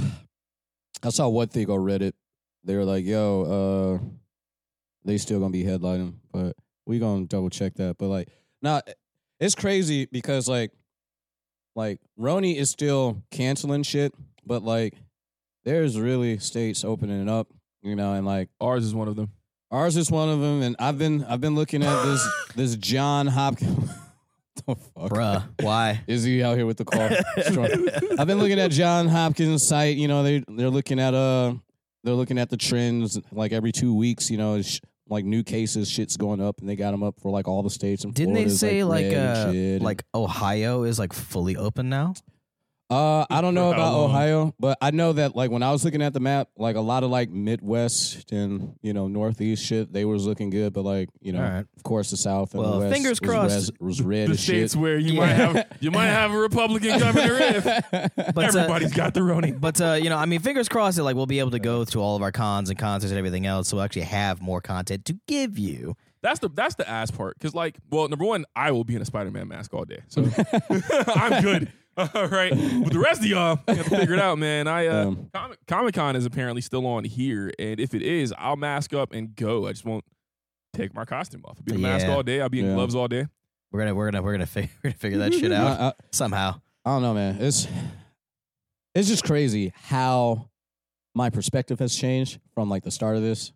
I saw one thing on Reddit. They were like, yo, uh they still gonna be headlining, but we gonna double check that. But like nah it's crazy because like like Roni is still canceling shit, but like there's really states opening it up, you know, and like Ours is one of them. ours is one of them and I've been I've been looking at *laughs* this this John Hopkins *laughs* the fuck? *laughs* bruh, why? Is he out here with the *laughs* car? *laughs* I've been looking at John Hopkins' site. You know, they they're looking at uh they're looking at the trends like every two weeks. You know, sh- like new cases, shit's going up, and they got them up for like all the states. And Didn't they Florida's, say like red and uh shit. like Ohio is like fully open now? uh I don't know For how about long? Ohio, but I know that like when I was looking at the map, like a lot of like Midwest and you know Northeast shit, they was looking good, but like you know, All right. of course the South and Well, the West fingers was crossed. res- was red the as shit. states where you might Yeah. have you might have a Republican *laughs* governor if *laughs* But everybody's uh, got the Roni. *laughs* but uh, you know, I mean, fingers crossed that like we'll be able to go to all of our cons and concerts and everything else, so we'll actually have more content to give you. That's the that's the ass part. Cause like, well, number one, I will be in a Spider Man mask all day, *laughs* so *laughs* I'm good. *laughs* All right, but the rest of y'all you have to figure it out, man. I uh, Um, Comic Con is apparently still on here, and if it is, I'll mask up and go. I just won't take my costume off. I'll be in a mask Yeah. all day. I'll be in Yeah. gloves all day. We're gonna we're gonna we're gonna figure, *laughs* we're gonna figure that shit out I- I- somehow. I don't know, man. It's it's just crazy how my perspective has changed from like the start of this,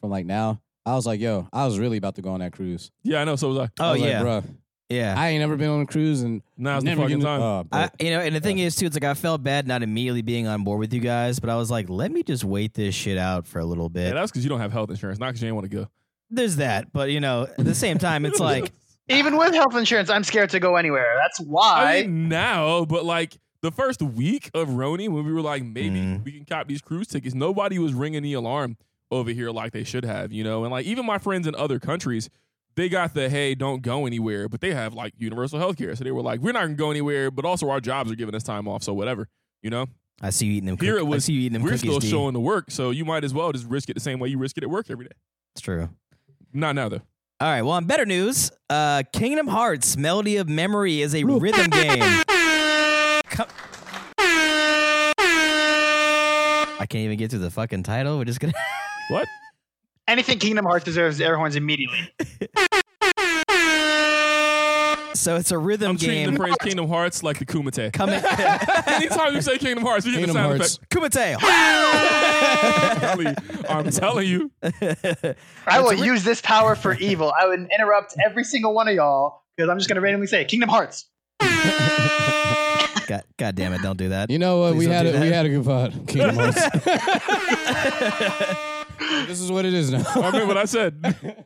from like now. I was like, yo, I was really about to go on that cruise. Yeah, I know. So was I. I Oh was yeah, like, bruh, yeah. I ain't never been on a cruise and Now's the never fucking gonna- time. uh, I, *laughs* but- you know, and the thing is too, it's like I felt bad not immediately being on board with you guys, but I was like, let me just wait this shit out for a little yeah, bit. that's because you don't have health insurance, not because you didn't want to go. There's that, but you know, at the same time, *laughs* it's like Even with health insurance, I'm scared to go anywhere. That's I, why. mean, now, but like the first week of Roni, when we were like, maybe Mhm. we can cop these cruise tickets, nobody was ringing the alarm over here like they should have, you know? And like even my friends in other countries, they got the hey, don't go anywhere, but they have like universal health care. So they were like, we're not gonna go anywhere, but also our jobs are giving us time off, so whatever, you know? I see you eating them. Here Here it was, I see you eating them we're cookies. still D. showing the work, so you might as well just risk it the same way you risk it at work every day. It's true. Not now though. All right. Well, on better news, uh, Kingdom Hearts: Melody of Memory is a *laughs* rhythm game. Co- I can't even get through the fucking title. We're just gonna. *laughs* What? Anything Kingdom Hearts deserves air horns immediately. So it's a rhythm I'm treating the *laughs* game. phrase Kingdom Hearts like the Kumite. Coming, *laughs* Anytime you say Kingdom Hearts, you get Kingdom the sound *laughs* Hearts. Kumite. *laughs* effect. I'm telling you. *laughs* I'm telling you. I will use this power for evil. I would interrupt every single one of y'all because I'm just going to randomly say Kingdom Hearts. God, God damn it! Don't do that. You know what? Please we don't had do a, we that. had a good pod. Kingdom Hearts. *laughs* this is what it is I now. mean what I said.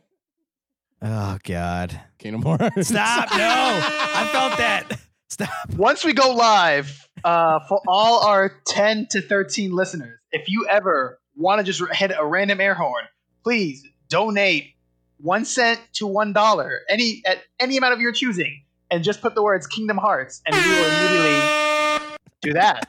Oh God! Kingdom Hearts. Stop! No, I felt that. Stop. Once we go live, uh, for all our 10 to 13 listeners, if you ever want to just hit a random air horn, please donate one cent to one dollar, any at any amount of your choosing, and just put the words Kingdom Hearts, and we will immediately do that.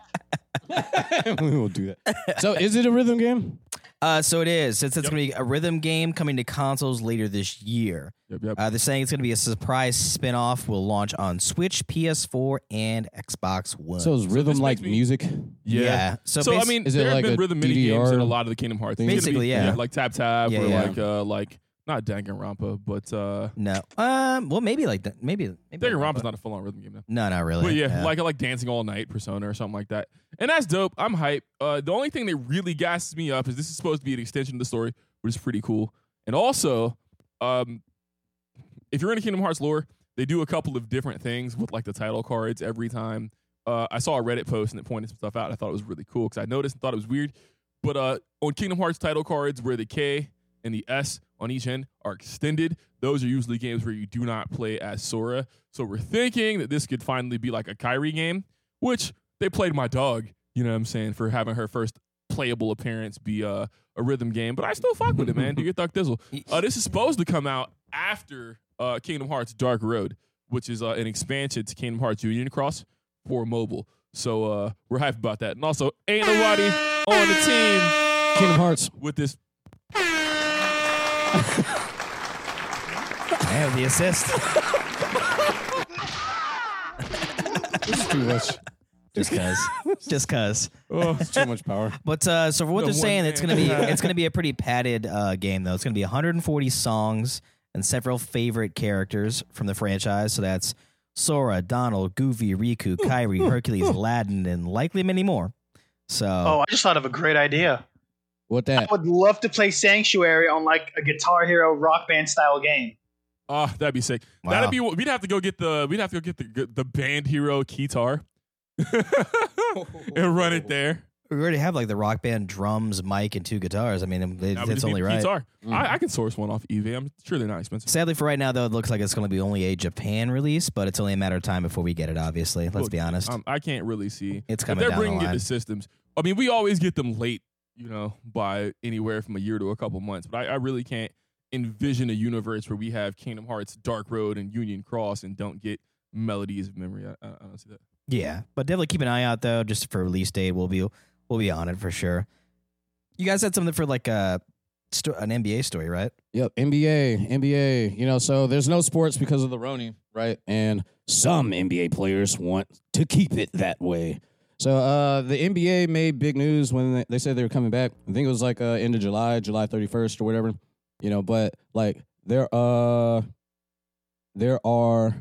*laughs* we will do that. So, is it a rhythm game? Uh, so it is. Since it's Yep. going to be a rhythm game coming to consoles later this year, Yep, yep. uh, they're saying it's going to be a surprise spin off. Will launch on Switch, PS4, and Xbox One. So, is rhythm makes like me- music? yeah. yeah. So, so I basi- mean, Is it there have like been a rhythm mini games DDR in a lot of the Kingdom Hearts. thing? It's gonna Basically, be- yeah. like Tap Tap Yeah, or yeah. like uh like not Danganronpa, but uh no. Um. Well, maybe like that. Maybe. maybe Danganronpa's not a full on rhythm game now. No, not really. But yeah, no. like I like dancing all night persona or something like that. And that's dope. I'm hype. Uh, the only thing that really gasses me up is this is supposed to be an extension of the story, which is pretty cool. And also, Um, if you're into Kingdom Hearts lore, they do a couple of different things with like the title cards every time. Uh, I saw a Reddit post and it pointed some stuff out. I thought it was really cool because I noticed and thought it was weird. But uh, on Kingdom Hearts title cards, where the K and the S on each end are extended, those are usually games where you do not play as Sora. So we're thinking that this could finally be like a Kyrie game, which they played my dog. You know what I'm saying for having her first playable appearance be uh, a rhythm game. But I still fuck with it, man. Do your thuck dizzle. Uh, this is supposed to come out after uh, Kingdom Hearts Dark Road, which is uh, an expansion to Kingdom Hearts Union Cross for mobile. So uh, we're hyped about that. And also, ain't nobody on the team Kingdom Hearts. with this. Man, the assist. *laughs* It's too much. Just cause. Just cause. Oh, It's too much power. But uh, so for what The they're one saying, it's man. gonna be it's gonna be *laughs* a pretty padded uh, game though. It's gonna be 140 songs and several favorite characters from the franchise. So that's Sora, Donald, Goofy, Riku, Kairi, Hercules, Aladdin, and likely many more. So Oh, I just thought of a great idea. What I that? Oh, would love to play Sanctuary on like a Guitar Hero Rock Band style game. Ah, that'd be sick. Wow. That'd be. We'd have to go get the. We'd have to go get the the band hero guitar *laughs* and run it there. we already have like the rock band drums, mic, and two guitars. I mean, it, Now we it's just need only the right. Guitar. Mm. I, I can source one off eBay. I'm sure they're not expensive. Sadly, for right now though, it looks like it's gonna be only a Japan release, but it's only a matter of time before we get it. Obviously, let's Look, be honest. Um, I can't really see. It's If coming They're down the bringing it line. to systems. I mean, we always get them late, you know, by anywhere from a year to a couple months. But I, I really can't envision a universe where we have Kingdom Hearts, Dark Road, and Union Cross, and don't get Melodies of Memory. I, I I don't see that. Yeah, but definitely keep an eye out though, just for release date. We'll be we'll be on it for sure. You guys had something for like a sto- an NBA story, right? Yep, NBA, NBA. You know, so there's no sports because of the Roni, right? And some NBA players want to keep it that way. So uh, the NBA made big news when they- they said they were coming back. I think it was like uh, end of July, July 31st or whatever. You know, but like there uh there are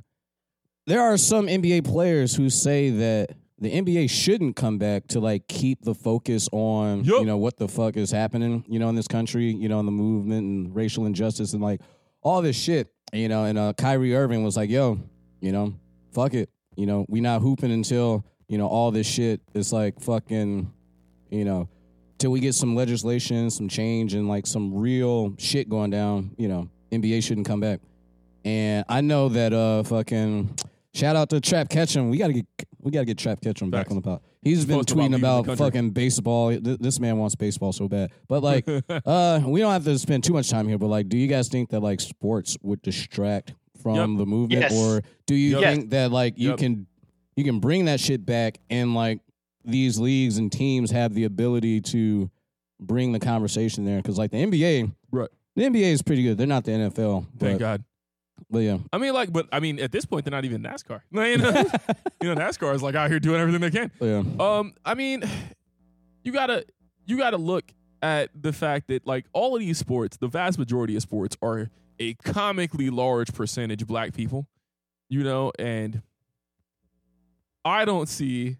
there are some NBA players who say that the NBA shouldn't come back to like keep the focus on Yup. you know what the fuck is happening you know in this country you know in the movement and racial injustice and like all this shit you know and uh, Kyrie Irving was like yo you know fuck it you know we not hooping until you know all this shit is like fucking you know till we get some legislation some change and like some real shit going down you know NBA shouldn't come back and I know that uh fucking shout out to Trap Ketchum. We gotta get we gotta get Trap Ketchum back Facts. on the pod. He's been Supposed to about tweeting leaving about the country. fucking baseball. Th- This man wants baseball so bad. But *laughs* like uh we don't have to spend too much time here, but like do you guys think that like sports would distract from Yep. the movement Yes. or do you Yep. think that like you Yep. can you can bring that shit back and like these leagues and teams have the ability to bring the conversation there because like the NBA Right. the NBA is pretty good. They're not the NFL. But, Thank God. but yeah. *laughs* I mean, like, but I mean, at this point, they're not even NASCAR. *laughs* No, *laughs* you know, you know, NASCAR is like out here doing everything they can. Yeah. Um, I mean, you gotta you gotta look at the fact that like all of these sports, the vast majority of sports are a comically large percentage black people, you know, and I don't see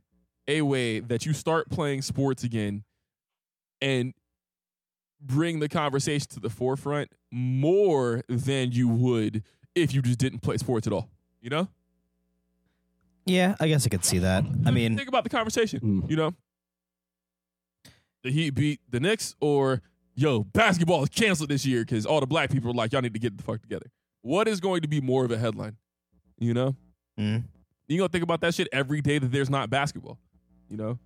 a way that you start playing sports again and bring the conversation to the forefront more than you would if you just didn't play sports at all. You know? Yeah, I guess I could see that. I mean, think about the conversation. Mm. You know, the Heat beat the Knicks, or yo, basketball is canceled this year because all the black people are like, y'all need to get the fuck together. What is going to be more of a headline? You know, mm, you gonna think about that shit every day that there's not basketball. You know,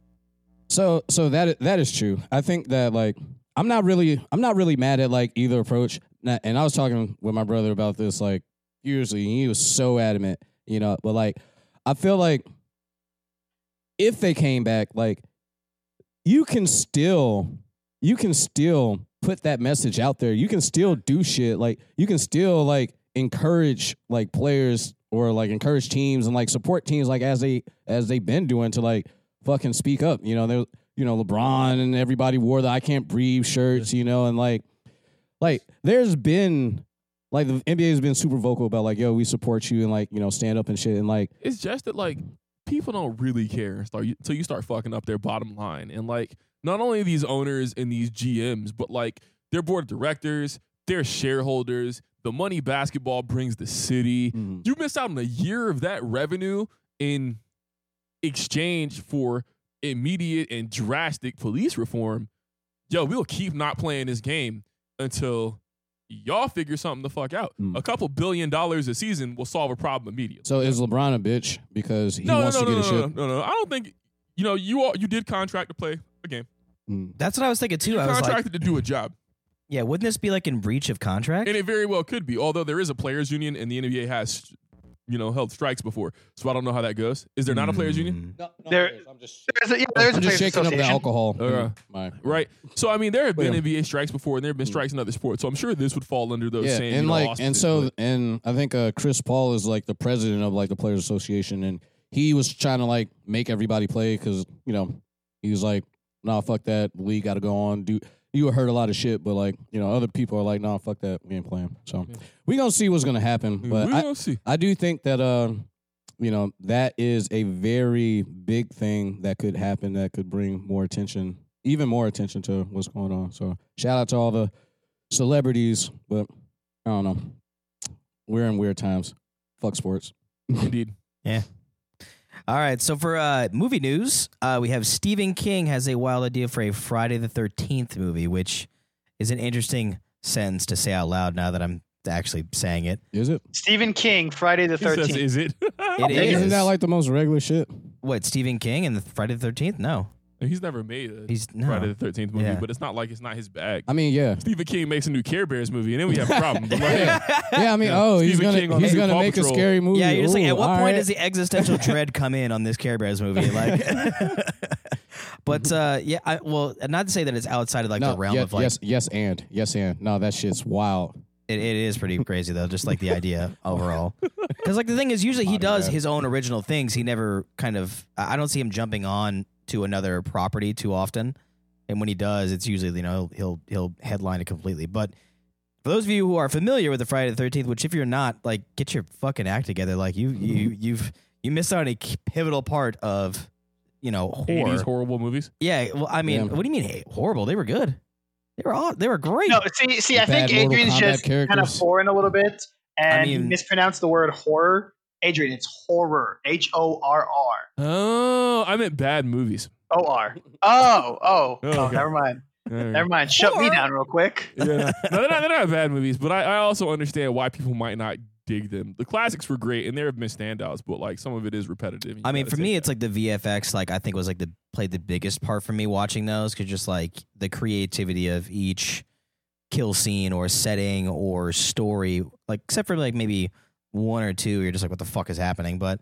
So so that that is true. I think that like I'm not really I'm not really mad at like either approach. Na- And I was talking with my brother about this like years ago. and He was so adamant, you know. But like I feel like if they came back, like you can still you can still put that message out there. You can still do shit. Like you can still like encourage like players or like encourage teams and like support teams like as they as they've been doing to like fucking speak up. You know, there you know, LeBron and everybody wore the I can't breathe shirts, you know, and like like there's been like the NBA has been super vocal about like, yo, we support you and like, you know, stand up and shit and like it's just that like people don't really care start until you start fucking up their bottom line and like not only these owners and these GMs, but like their board of directors, They're shareholders. The money basketball brings the city. Mhm. You missed out on a year of that revenue in exchange for immediate and drastic police reform. Yo, we'll keep not playing this game until y'all figure something the fuck out. Hmm. A couple billion dollars a season will solve a problem immediately. So is LeBron a bitch because he no, no, wants no, to no, get no, a no, shit? no, no. I don't think you know you all you did contract to play a game. Mm. That's what I was thinking too. You I was like, contracted to do a job. yeah, wouldn't this be like in breach of contract? And it very well could be, although there is a players union and the NBA has, you know, held strikes before. So I don't know how that goes. Is there not a players union? Mm. There- there I'm just, There's a, yeah, there's a players shaking up the association. alcohol. Uh, in my- Right. So I mean, there have been Yeah. Mm. NBA strikes before, and there have been strikes in other sports. So I'm sure this would fall under those Yeah, same. and you know, like, and auspices, so, but- and I think uh, Chris Paul is like the president of like the Players Association, and he was trying to like make everybody play because you know he was like, nah, fuck that, the league got to go on. Do you heard a lot of shit, but like you know other people are like, nah, fuck that, we ain't playing. So we gonna see what's gonna happen, but we I, gonna see. I do think that uh, you know that is a very big thing that could happen that could bring more attention, even more attention to what's going on. So shout out to all the celebrities, but I don't know. We're in weird times. Fuck sports. Indeed. All right. So for uh, movie news, uh, we have Stephen King has a wild idea for a Friday the Thirteenth movie, which is an interesting sentence to say out loud now that I'm actually saying it. Is it? Stephen King, Friday the He says, 13th. is it? It is. Isn't that like the most regular shit? what Stephen King and the Friday the Thirteenth? No, *laughs* He's never made a he's no. Friday the Thirteenth movie, Yeah. but it's not like it's not his bag. I mean, *laughs* yeah, Stephen King makes a new Care Bears movie, and then *laughs* we have a problem. But like, yeah, yeah. I mean, oh, he's Stephen gonna King on he's Paw gonna make Patrol. a scary movie. Yeah, you're just like, Ooh, at what all point right. does the *laughs* existential dread come in on this Care Bears movie? Like, *laughs* but uh, yeah, I, well, not to say that it's outside of like no, the realm yes, of like yes, yes, and yes, and no, that shit's wild. It, it is pretty crazy though, just like the idea overall. Because like the thing is, usually he Modern does day. his own original things. He never kind of I I don't see him jumping on to another property too often. And when he does, it's usually you know he'll he'll headline it completely. But for those of you who are familiar with the Friday the Thirteenth, which if you're not, like get your fucking act together. Like you you you've you missed out on a key- pivotal part of you know horror. 80s horrible movies. Yeah, well, I mean, Yeah. what do you mean hey, horrible? They were good. They were all they were great. No, see, see, I Bad think Mortal Adrian's Kombat just kind of characters. foreign a little bit, and I mean- he mispronounced the word horror. Adrian, it's horror, H O R R Oh, I meant *laughs* bad movies. O R. Oh, oh, Oh, oh, okay. never mind, All right. never mind. Shut me Horror. down real quick. yeah, no, No, they're, not, they're not bad movies, but I, I also understand why people might not dig them. The classics were great, and there have been standouts, but like some of it is repetitive. I mean, for me, it's like the VFX. Like I think was like the played the biggest part for me watching those because just like the creativity of each kill scene or setting or story, like except for like maybe one or two, you're just like, what the fuck is happening? But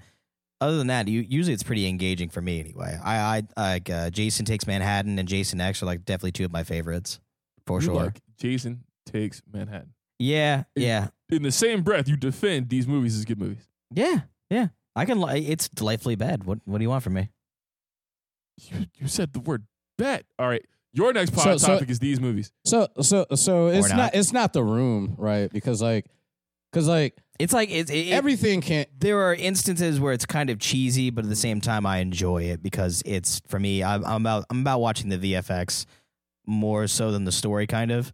other than that, you, usually it's pretty engaging for me anyway. I I like uh, Jason Takes Manhattan and Jason X are like definitely two of my favorites for you sure. like Jason takes Manhattan. yeah, It- yeah, In the same breath, you defend these movies as good movies. yeah, yeah. I can. Li- it's delightfully bad. What What do you want from me? You, you said the word bet. All right, your next So- pod so- topic is these movies. So so so it's not. not. it's not the room, right? Because like because like It's like it's it, it, *laughs* everything can't there are instances where it's kind of cheesy, but at the same time, I enjoy it because it's for me. I'm, I'm about I'm about watching the VFX more so than the story. Kind of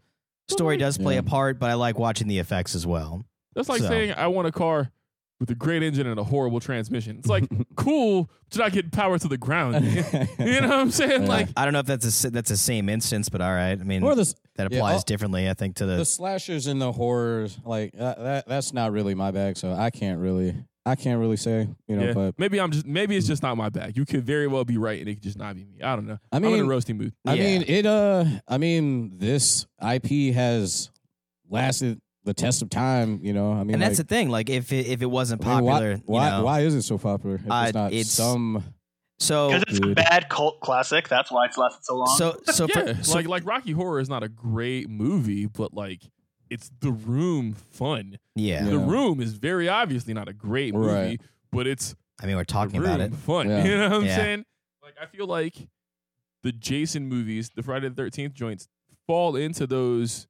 story does play Mm-hmm. a Yeah. part, but I like watching the effects as well. That's like So. saying I want a car with a great engine and a horrible transmission. *laughs* It's like cool, but you're not getting power to the ground. you know what I'm saying? Yeah. Like I don't know if that's a s- that's the same instance, but all right. I mean, or *laughs* the that yeah, applies I'll- differently, I think, to the. the slashers and the horrors like that, that that's not really my bag. So I can't really I can't really say you know. Yeah. But maybe I'm just maybe it's just not my bag. You could very well be right, and it could just not be me. I don't know. I I'm in a mean roasting mood. I Yeah. mean it. Uh, I mean this IP has lasted the test of time. You know, I mean, and that's the like, thing. Like, if it, if it wasn't I mean, why- popular, Why, you know, why is it so popular? If Uh, it's not it's- some so Because it's a dude. bad cult classic. That's why it's lasted so long. Oh, so so *laughs* yeah, for, so like like Rocky Horror is not a great movie, but like it's The Room fun. yeah. Yeah. The Room is very obviously not a great movie, Right. but it's I mean, we're The talking about Room it. fun. Yeah. *laughs* You know what I'm Yeah. saying? Like I feel like the Jason movies, the Friday the Thirteenth joints, fall into those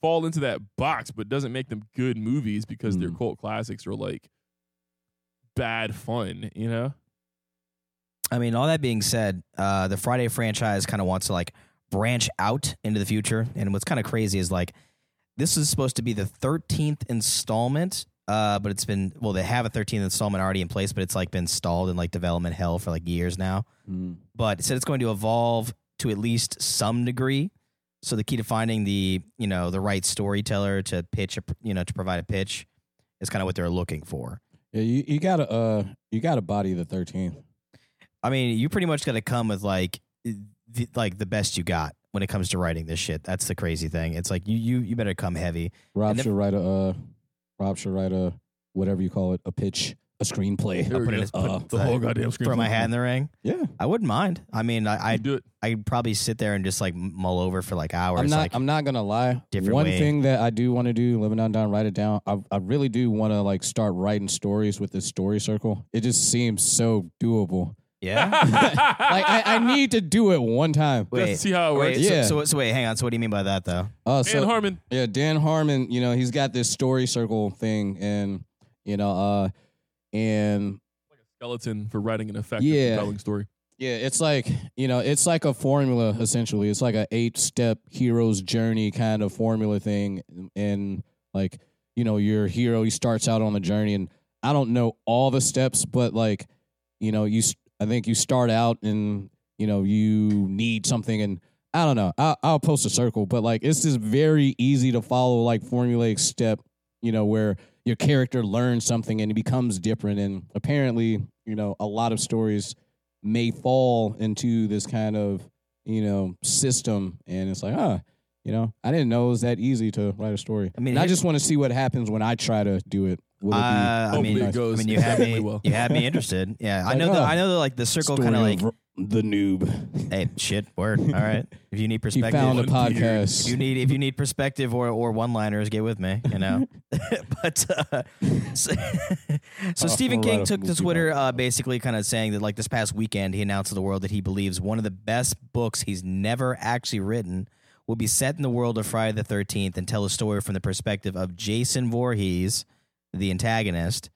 fall into that box, but doesn't make them good movies because they're Mm. cult classics or like bad fun. You know? I mean, all that being said, uh, the Friday franchise kind of wants to like branch out into the future, and what's kind of crazy is like This is supposed to be the 13th installment, uh, but it's been, well, they have a 13th installment already in place, but it's like been stalled in like development hell for like years now. Mm. But it said it's going to evolve to at least some degree. So the key to finding the, you know, the right storyteller to pitch, a, you know, to provide a pitch is kind of what they're looking for. Yeah, you, you gotta uh you gotta body the thirteenth. I mean, you pretty much got to come with like the, like the best you got when it comes to writing this shit. That's the crazy thing. It's like you you you better come heavy. Rob And then- should write a uh Rob should write a whatever you call it, a pitch, a screenplay. Here we put it go. as- put Uh, it- the *laughs* whole goddamn screen. Throw my hat in the ring. Yeah. I wouldn't mind. I mean, I I I'd, do it. I'd probably sit there and just like mull over for like hours. I'm not like I'm not gonna lie. different One way. thing that I do want to do, living on down, write it down. I I really do wanna like start writing stories with this story circle. It just seems so doable. *laughs* yeah. Like I, I need to do it one time. Just to Wait, see how it wait. works. Yeah. So, so so wait, hang on. So what do you mean by that though? Uh, Dan Harmon. Yeah, Dan Harmon, you know, he's got this story circle thing and you know, uh and Skeleton for writing an effective, Yeah. compelling story. yeah, it's like, you know, it's like a formula essentially. It's like a eight-step hero's journey kind of formula thing and like, you know, your hero he starts out on the journey and I don't know all the steps, but like, you know, you s- I think you start out and you know, you need something and I don't know. I'll, I'll post a circle, but like it's just very easy to follow, like formulaic step, you know, where your character learns something and it becomes different. And apparently, you know, a lot of stories may fall into this kind of, you know, system. And it's like, huh, you know, I didn't know it was that easy to write a story. I mean, And I here- just want to see what happens when I try to do it. Will it Uh, be I Hopefully mean, it goes I mean, you had me. extremely well. You had me interested. Yeah, I Like, know. that oh, I know that like the circle story kind of like. of the *laughs* noob? Hey, shit, word. All right. If you *laughs* need He perspective, found a One beard. podcast. if you need if you need perspective or or one liners, get with me. You *laughs* know, *laughs* but uh, so, *laughs* so Oh, Stephen we're King right took off to movie Twitter, now. uh, basically kind of saying that like this past weekend, he announced to the world that he believes one of the best books he's never actually written will be set in the world of Friday the Thirteenth and tell a story from the perspective of Jason Voorhees, the antagonist,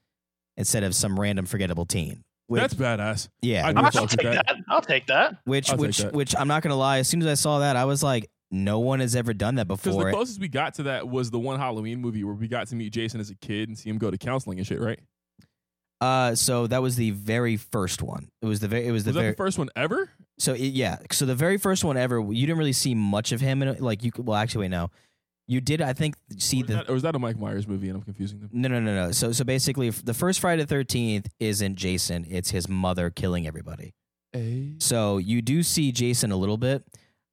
instead of some random forgettable teen. Which, That's badass. yeah, I'd I'll fuck with take that. that. I'll *sighs* take that. which I'll take which that. which I'm not gonna lie. As soon as I saw that, I was like, no one has ever done that Because the before. closest we got to that was the one Halloween movie where we got to meet Jason as a kid and see him go to counseling and shit, right? Uh, so that was the very first one. It was the very. It was the Was that very. the first one ever? so it, yeah. So the very first one ever. You didn't really see much of him, and like you. could- Well, actually, wait, no. You did. I think see Or, the. that, or was that a Mike Myers movie and I'm confusing them? no, no, no, no. So, so basically, f- the first Friday the Thirteenth isn't Jason; it's his mother killing everybody. So you do see Jason a little bit,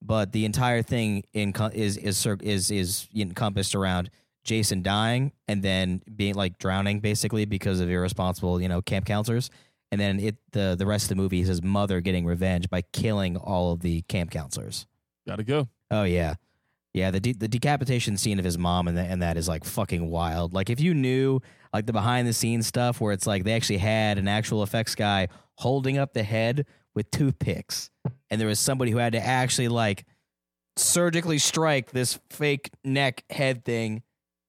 but the entire thing in is is cir- is is encompassed around Jason dying and then being like drowning basically because of irresponsible you know camp counselors, and then it the the rest of the movie is his mother getting revenge by killing all of the camp counselors. Gotta go. Oh yeah, yeah. The de- the decapitation scene of his mom and that and that is like fucking wild. Like if you knew like the behind the scenes stuff where it's like they actually had an actual effects guy holding up the head with toothpicks, and there was somebody who had to actually like surgically strike this fake neck head thing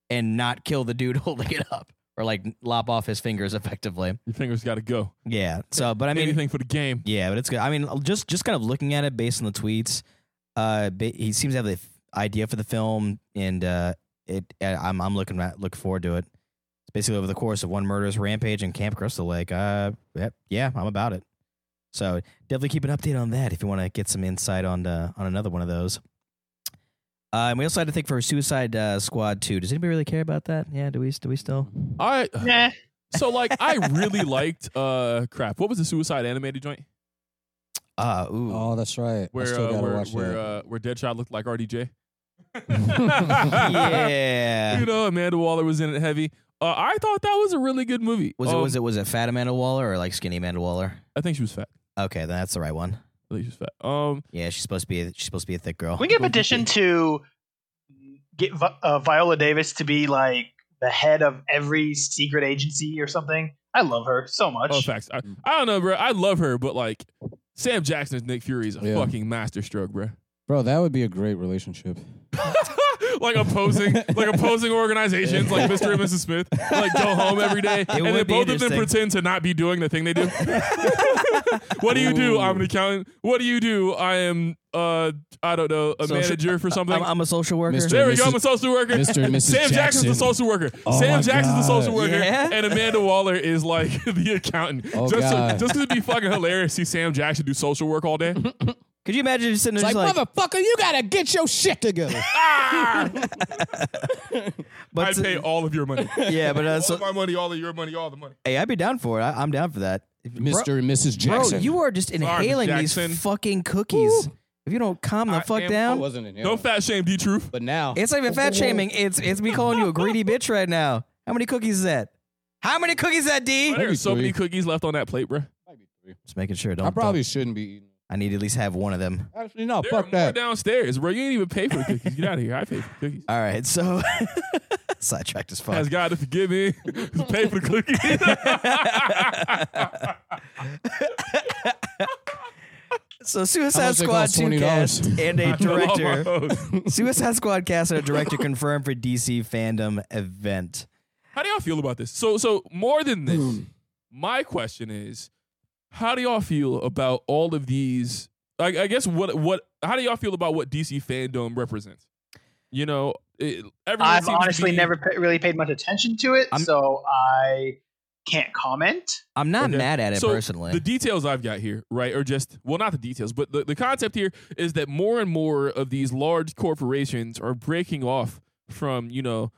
and not kill the dude *laughs* holding it up or like lop off his fingers effectively. Your fingers gotta go. Yeah. So, but I mean, anything for the game. yeah, but it's good. I mean, just just kind of looking at it based on the tweets, uh, ba- he seems to have the f- idea for the film, and uh, it uh, I'm I'm looking at, looking forward to it. It's basically over the course of one murderous rampage in Camp Crystal Lake. Uh, yep, yeah, I'm about it. So definitely keep an update on that if you want to get some insight on uh, on another one of those. Uh, and we also had to think for Suicide uh, Squad 2. Does anybody really care about that? Yeah, do we do we still? I Nah. so like *laughs* I really liked uh crap. What was the suicide animated joint Uh, ooh. Oh, that's right. I where still uh, gotta where watch where, that. uh, where Deadshot looked *laughs* like RDJ? yeah. *laughs* You know, Amanda Waller was in it heavy. Uh, I thought that was a really good movie. Was it Um, was it was it fat Amanda Waller or like skinny Amanda Waller? I think she was fat. Okay, then that's the right one. I think she was fat. Um, Yeah, she's supposed to be she's supposed to be a thick girl. *laughs* We can petition to get Vi- uh, Viola Davis to be like the head of every secret agency or something. I love her so much. oh, facts. I, Mm. I don't know, bro. I love her, but like Sam Jackson's Nick Fury is a Yeah. fucking masterstroke, bro. *laughs* Bro, that would be a great relationship. like *laughs* opposing, like opposing organizations, like Mr. and Mrs. *laughs* Smith, like go home every day, and would then be both of them interesting. pretend to not be doing the thing they do. *laughs* what do you do? Ooh. I'm an accountant. What do you do? I am, uh, I don't know, a Social- manager for something. I'm, I'm a social worker. Mr. there we go. Mrs. I'm a social worker. Mr. and Mrs. Sam Jackson's the Jackson. social worker. Oh Sam my Jackson's the social God. worker, Yeah? and Amanda Waller is like *laughs* the accountant. Oh just God. So, just 'cause it'd be fucking hilarious to see Sam Jackson do social work *laughs* all day. Could you imagine just sitting It's there like, just like, motherfucker, you gotta get your *laughs* shit together. ah! I'd but pay all of your money. *laughs* yeah, but uh, *laughs* all so, of my money, all of your money, all the money. hey, I'd be down for it. I, I'm down for that, Mr. and Mrs. Bro, Jackson. bro you are just inhaling these Jackson. fucking cookies. If you don't calm the I fuck I am- down, wasn't in here. No fat shame, D Truth. but now It's not even fat shaming. It's it's me calling you a greedy bitch right now. How many cookies is that? How many cookies is that, D? There's so three. many cookies left on that plate, bruh. Just making sure. Don't. I probably don't- shouldn't be eating. I need to at least have one of them. Actually, no, There are fuck more that. downstairs, bro. You ain't even pay for the cookies. Get out of here. I pay for the *laughs* cookies. All right. So *laughs* sidetracked as fuck. Ask God to forgive *laughs* me. pay for the *laughs* cookies. *laughs* So How Suicide much they Squad cost? two cast $20. and *laughs* a *laughs* I director. know all my *laughs* hoes. Suicide Squad cast and a director confirmed for DC fandom event. How do y'all feel about this? So, so more than this, Mm. my question is, how do y'all feel about all of these? I, I guess what what how do y'all feel about what DC fandom represents? You know, it, everyone I've seems to honestly be- never pa- really paid much attention to it, I'm- so I can't comment. I'm not Okay. mad at it So, personally. The details I've got here, right, are just well, not the details, but the, the concept here is that more and more of these large corporations are breaking off from, you know,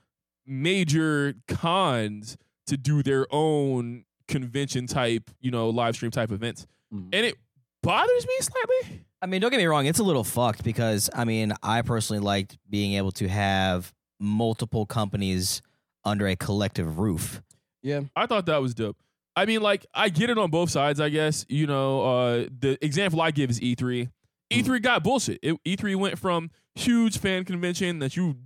major cons to do their own convention type, you know, live stream type events. And it bothers me slightly. I mean, don't get me wrong, it's a little fucked because I mean, I personally liked being able to have multiple companies under a collective roof. yeah, I thought that was dope. I mean, like, I get it on both sides, I guess. You know, uh, the example I give is E E3. Mm. E3 got bullshit. It, E3 went from huge fan convention that you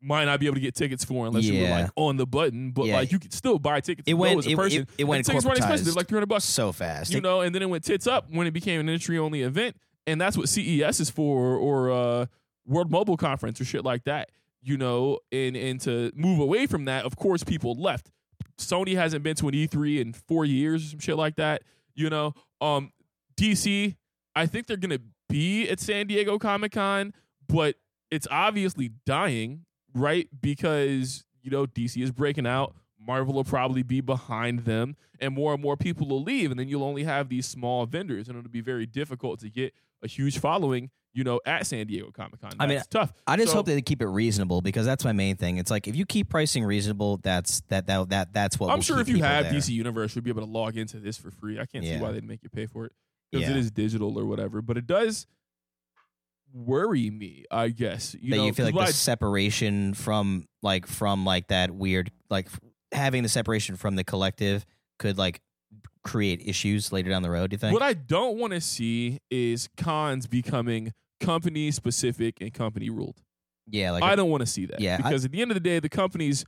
might not be able to get tickets for unless you were Yeah. like on the button, but Yeah. like you could still buy tickets. It to go went- as a it- person. it- it went And tickets weren't expensive. They're corporatized. like three hundred bucks, So fast. you know. And then it went tits up when it became an industry only event, and that's what CES is for, or uh, World Mobile Conference or shit like that, you know. And and to move away from that, of course, people left. Sony hasn't been to an E3 in four years or some shit like that, you know. Um, DC, I think they're gonna be at San Diego Comic Con, but it's obviously dying, right? Because you know DC is breaking out. Marvel will probably be behind them, and more and more people will leave, and then you'll only have these small vendors, and it'll be very difficult to get a huge following. You know, at San Diego Comic Con, I mean, That's tough. I just So- hope that they keep it reasonable because that's my main thing. It's like if you keep pricing reasonable, that's that that that that's what I'm will sure keep if you people have there. DC Universe, you'll be able to log into this for free. I can't Yeah. see why they'd make you pay for it because Yeah. it is digital or whatever. But it does worry me, I guess. You that know, you feel 'cause like the what I- separation from like from like that weird like f- having the separation from the collective could like create issues later down the road. Do you think? What I don't want to see is cons becoming company specific and company ruled. yeah, like I don't want to see that. Yeah, I- Because at the end of the day, the company's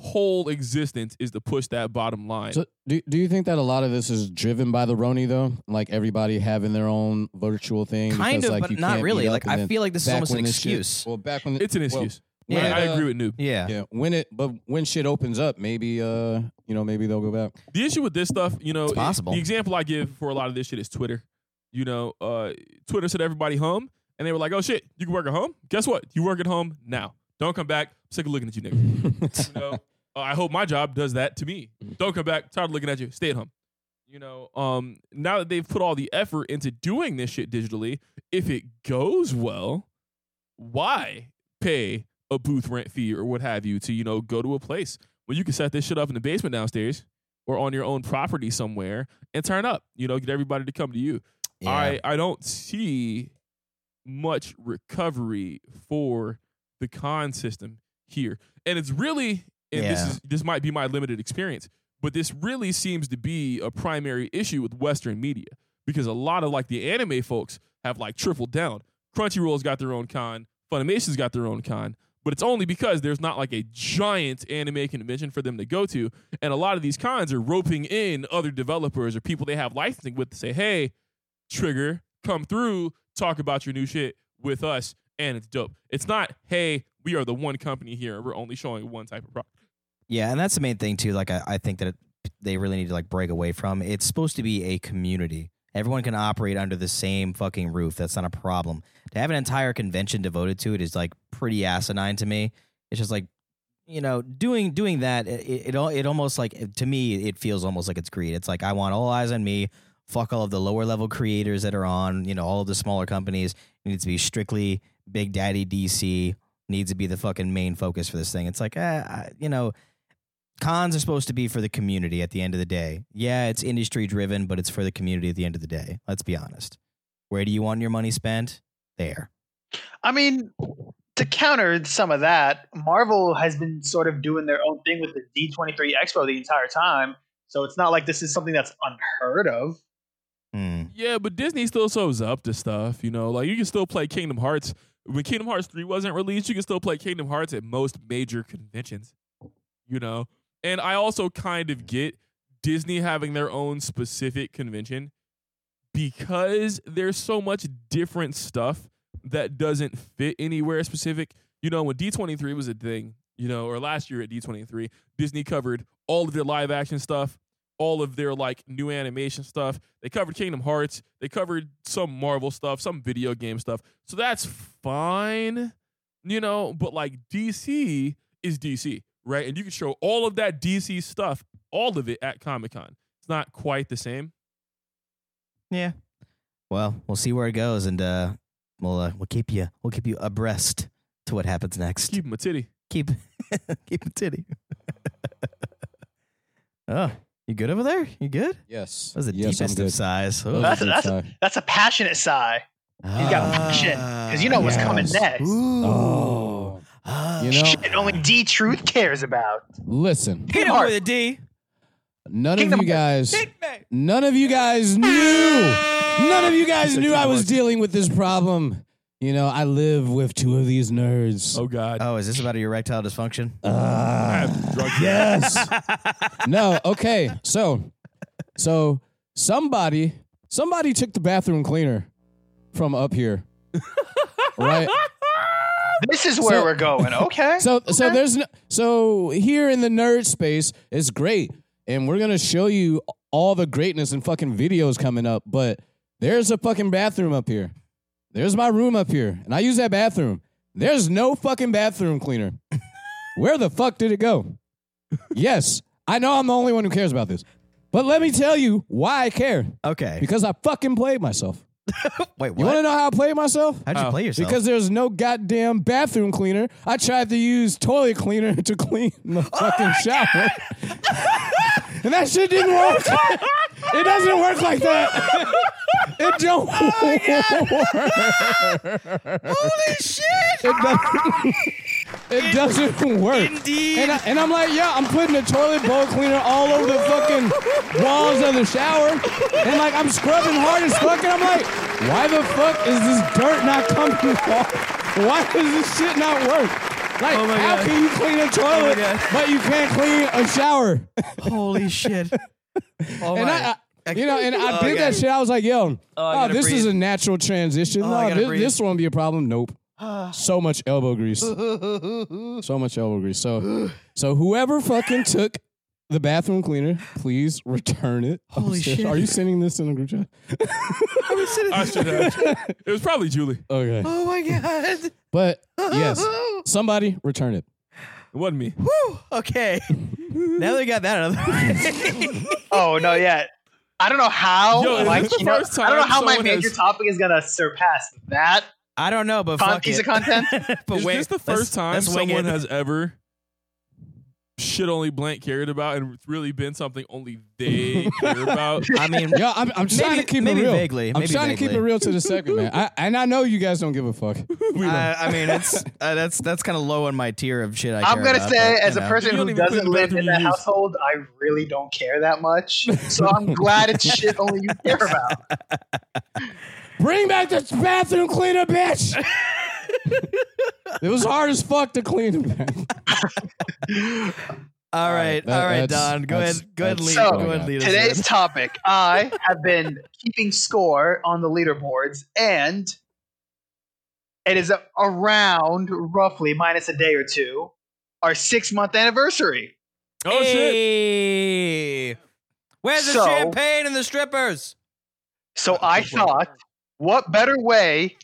whole existence is to push that bottom line. So do do you think that a lot of this is driven by the Roni though? Like everybody having their own virtual thing, kind because, of, like, but you not can't meet really. up Like and I then feel like this is back almost an when this shit- excuse. well, back when it's an well, excuse. when, Yeah. I, I uh, agree with Noob. yeah. Yeah, when it, but when shit opens up, maybe uh, you know, maybe they'll go *laughs* back. The issue with this stuff, you know, It's it- possible. the example I give for a lot of this shit is Twitter. You know, uh, Twitter sent everybody home, and they were like, "Oh shit, you can work at home." Guess what? You work at home now. Don't come back. I'm sick of looking at you, nigga. *laughs* You know, uh, I hope my job does that to me. Don't come back. Tired of looking at you. Stay at home. You know, um, now that they've put all the effort into doing this shit digitally, if it goes well, why pay a booth rent fee or what have you to you know go to a place where you can set this shit up in the basement downstairs or on your own property somewhere and turn up? You know, get everybody to come to you. Yeah. I I don't see much recovery for the con system here, and it's really and this Yeah. is this might be my limited experience, but this really seems to be a primary issue with Western media because a lot of like the anime folks have like tripled down. Crunchyroll's got their own con, Funimation's got their own con, but it's only because there's not like a giant anime convention for them to go to, and a lot of these cons are roping in other developers or people they have licensing with to say, hey trigger come through talk about your new shit with us and it's dope it's not hey we are the one company here we're only showing one type of product Yeah, and that's the main thing too. Like I, I think that it, they really need to like break away from. It's supposed to be a community. Everyone can operate under the same fucking roof. That's not a problem. To have an entire convention devoted to it is like pretty asinine to me. It's just like, you know, doing doing that. It it, it, al- it almost like to me it feels almost like it's greed. It's like I want all eyes on me. Fuck all of the lower level creators that are on. You know, all of the smaller companies. It needs to be strictly Big Daddy DC. Needs to be the fucking main focus for this thing. It's like, eh, I- you know, cons are supposed to be for the community at the end of the day. Yeah, it's industry driven, but it's for the community at the end of the day. Let's be honest. Where do you want your money spent? There. I mean, to counter some of that, Marvel has been sort of doing their own thing with the D23 Expo the entire time. So it's not like this is something that's unheard of. Hmm. Yeah, but Disney still shows up to stuff, you know. Like you can still play Kingdom Hearts. When Kingdom Hearts 3 wasn't released, you can still play Kingdom Hearts at most major conventions, you know. And I also kind of get Disney having their own specific convention because there's so much different stuff that doesn't fit anywhere specific. You know, when D23 was a thing, you know, or last year at D23, Disney covered all of their live action stuff, all of their like new animation stuff. They covered Kingdom Hearts. They covered some Marvel stuff, some video game stuff. So that's fine, you know. But like DC is DC, right? And you can show all of that DC stuff, all of it at Comic Con. It's not quite the same. Yeah. Well, we'll see where it goes, and uh, we'll uh, we'll keep you we'll keep you abreast to what happens next. Keep 'em a titty. Keep *laughs* keep a titty. *laughs* oh, you good over there? You good? Yes. That was the yes, deepest I'm of good. sighs. That was a That's- deep that's- sigh. That's a passionate sigh. got passion, 'cause you know what's coming next. Ah. Ooh. Oh. Ah. You know- Shit only D Truth cares about. Listen, Hit him with a D. none Kingdom of you guys, me. none of you guys knew, none of you guys knew I was dealing with this problem. You know, I live with two of these nerds. Oh God, Oh, is this about your erectile dysfunction? I Ah. have drugs. yes. *laughs* no. Okay. So, so somebody, somebody took the bathroom cleaner from up *laughs* here, right? This is where So- we're *laughs* going. Okay. So, so there's no, so here in the nerd space it's great, and we're gonna show you all the greatness in fucking videos coming up. But there's a fucking bathroom up here. There's my room up here, and I use that bathroom. There's no fucking bathroom cleaner. Where the fuck did it go? Yes, I know I'm the only one who cares about this, but let me tell you why I care. Okay. Because I fucking played myself. Wait, You want what? to know how I played myself? How'd you Oh. play yourself? Because there's no goddamn bathroom cleaner. I tried to use toilet cleaner to clean Oh the fucking shower. *laughs* and that shit didn't work. it doesn't work like that. it don't Oh work. holy shit! It doesn't, it doesn't *laughs* work. Indeed. And, I, and I'm like, yeah, I'm putting a toilet bowl cleaner all over the fucking walls of the shower. And like, I'm scrubbing hard as fuck. And I'm like, why the fuck is this dirt not coming *laughs* off? Why does this shit not work? Like, Oh my how God. Oh can you clean a toilet, God. but you can't clean a shower? holy shit! Oh And I, I, you know, and I Oh, did God. that shit. I was like, yo, oh, gotta this is breathe. Oh, a natural transition. I no, gotta this, breathe. this won't be a problem. *sighs* Nope. so much elbow *laughs* grease. so much elbow grease. So, so whoever fucking took the bathroom cleaner, please return it. I'm Holy serious. shit. Are you sending this in a group *laughs* chat? I *laughs* should have. It was probably Julie. It Okay. oh my god! But yes, somebody return it. wasn't me. *laughs* Woo. Okay. now they got that out of the way. *laughs* oh no, yeah. I don't know how. Yo, my this is the keynote- first I don't know time how my someone major has- topic is gonna surpass that I don't know, but con- fuck piece it. of content. *laughs* but is wait, this the let's- 1st time let's wing someone it. has ever shit only blank cared about and it's really been something only *laughs* they care about? *laughs* I mean, Yo, I'm, I'm trying Maybe- to keep maybe it real. vaguely, I'm maybe trying to keep it vaguely. real to the second man. I, and I know you guys don't give *laughs* a fuck. I, I mean, it's uh, that's that's kind of low on my tier of shit. I I'm care gonna about, say, but, as you a know. person You don't who even clean doesn't the live bathroom in you that use. household, I really don't care that much. So *laughs* I'm glad it's shit only you care about. Bring back the bathroom cleaner, bitch. it was hard as fuck to clean them. all right, Alright, that- all right, that's- Don, go that's- ahead, go ahead, and lead, that's so go ahead, and lead us in. Today's topic: I have been keeping score on the leaderboards, and it is a- around roughly minus a day or two our six month anniversary. Oh shit! Hey. Where's the So- *laughs* champagne and the strippers? So I thought, what better way?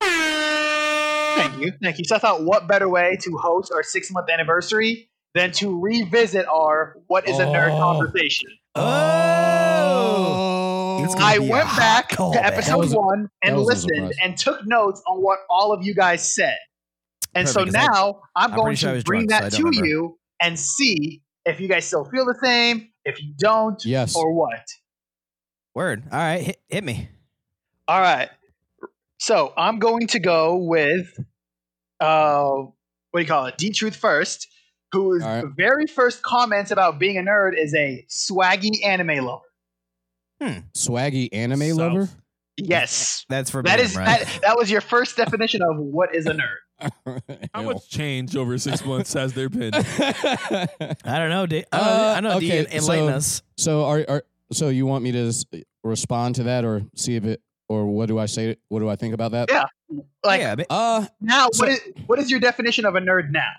Thank you, thank you. So I thought, what better way to host our six month anniversary than to revisit our "What Is a Nerd" Oh. conversation? Oh. It's gonna I be a went hot back callback. to episode was a- one and that was a listened surprise. and took notes on what all of you guys said. And Perfect, so 'cause I- now I, I'm am going pretty sure I to was bring drunk, so that I to don't remember. you and see if you guys still feel the same, if you don't, Yes. or what. Word. All right, hit, hit me. All right. So I'm going to go with, uh, what do you call it? D Truth first, whose All right. very first comment about being a nerd is a swaggy anime lover. Swaggy anime South. lover. Yes. That's for That is right? that, that was your first definition of what is *laughs* a nerd. How much change over six months has there been? much? I don't know. D- Uh, I don't know. D, okay, enlighten so- us. *laughs* so are, are so you want me to s- respond to that or see if it or what do I say? What do I think about that? Yeah. Like yeah, but- Uh, now, So- what is what is your definition of a nerd now?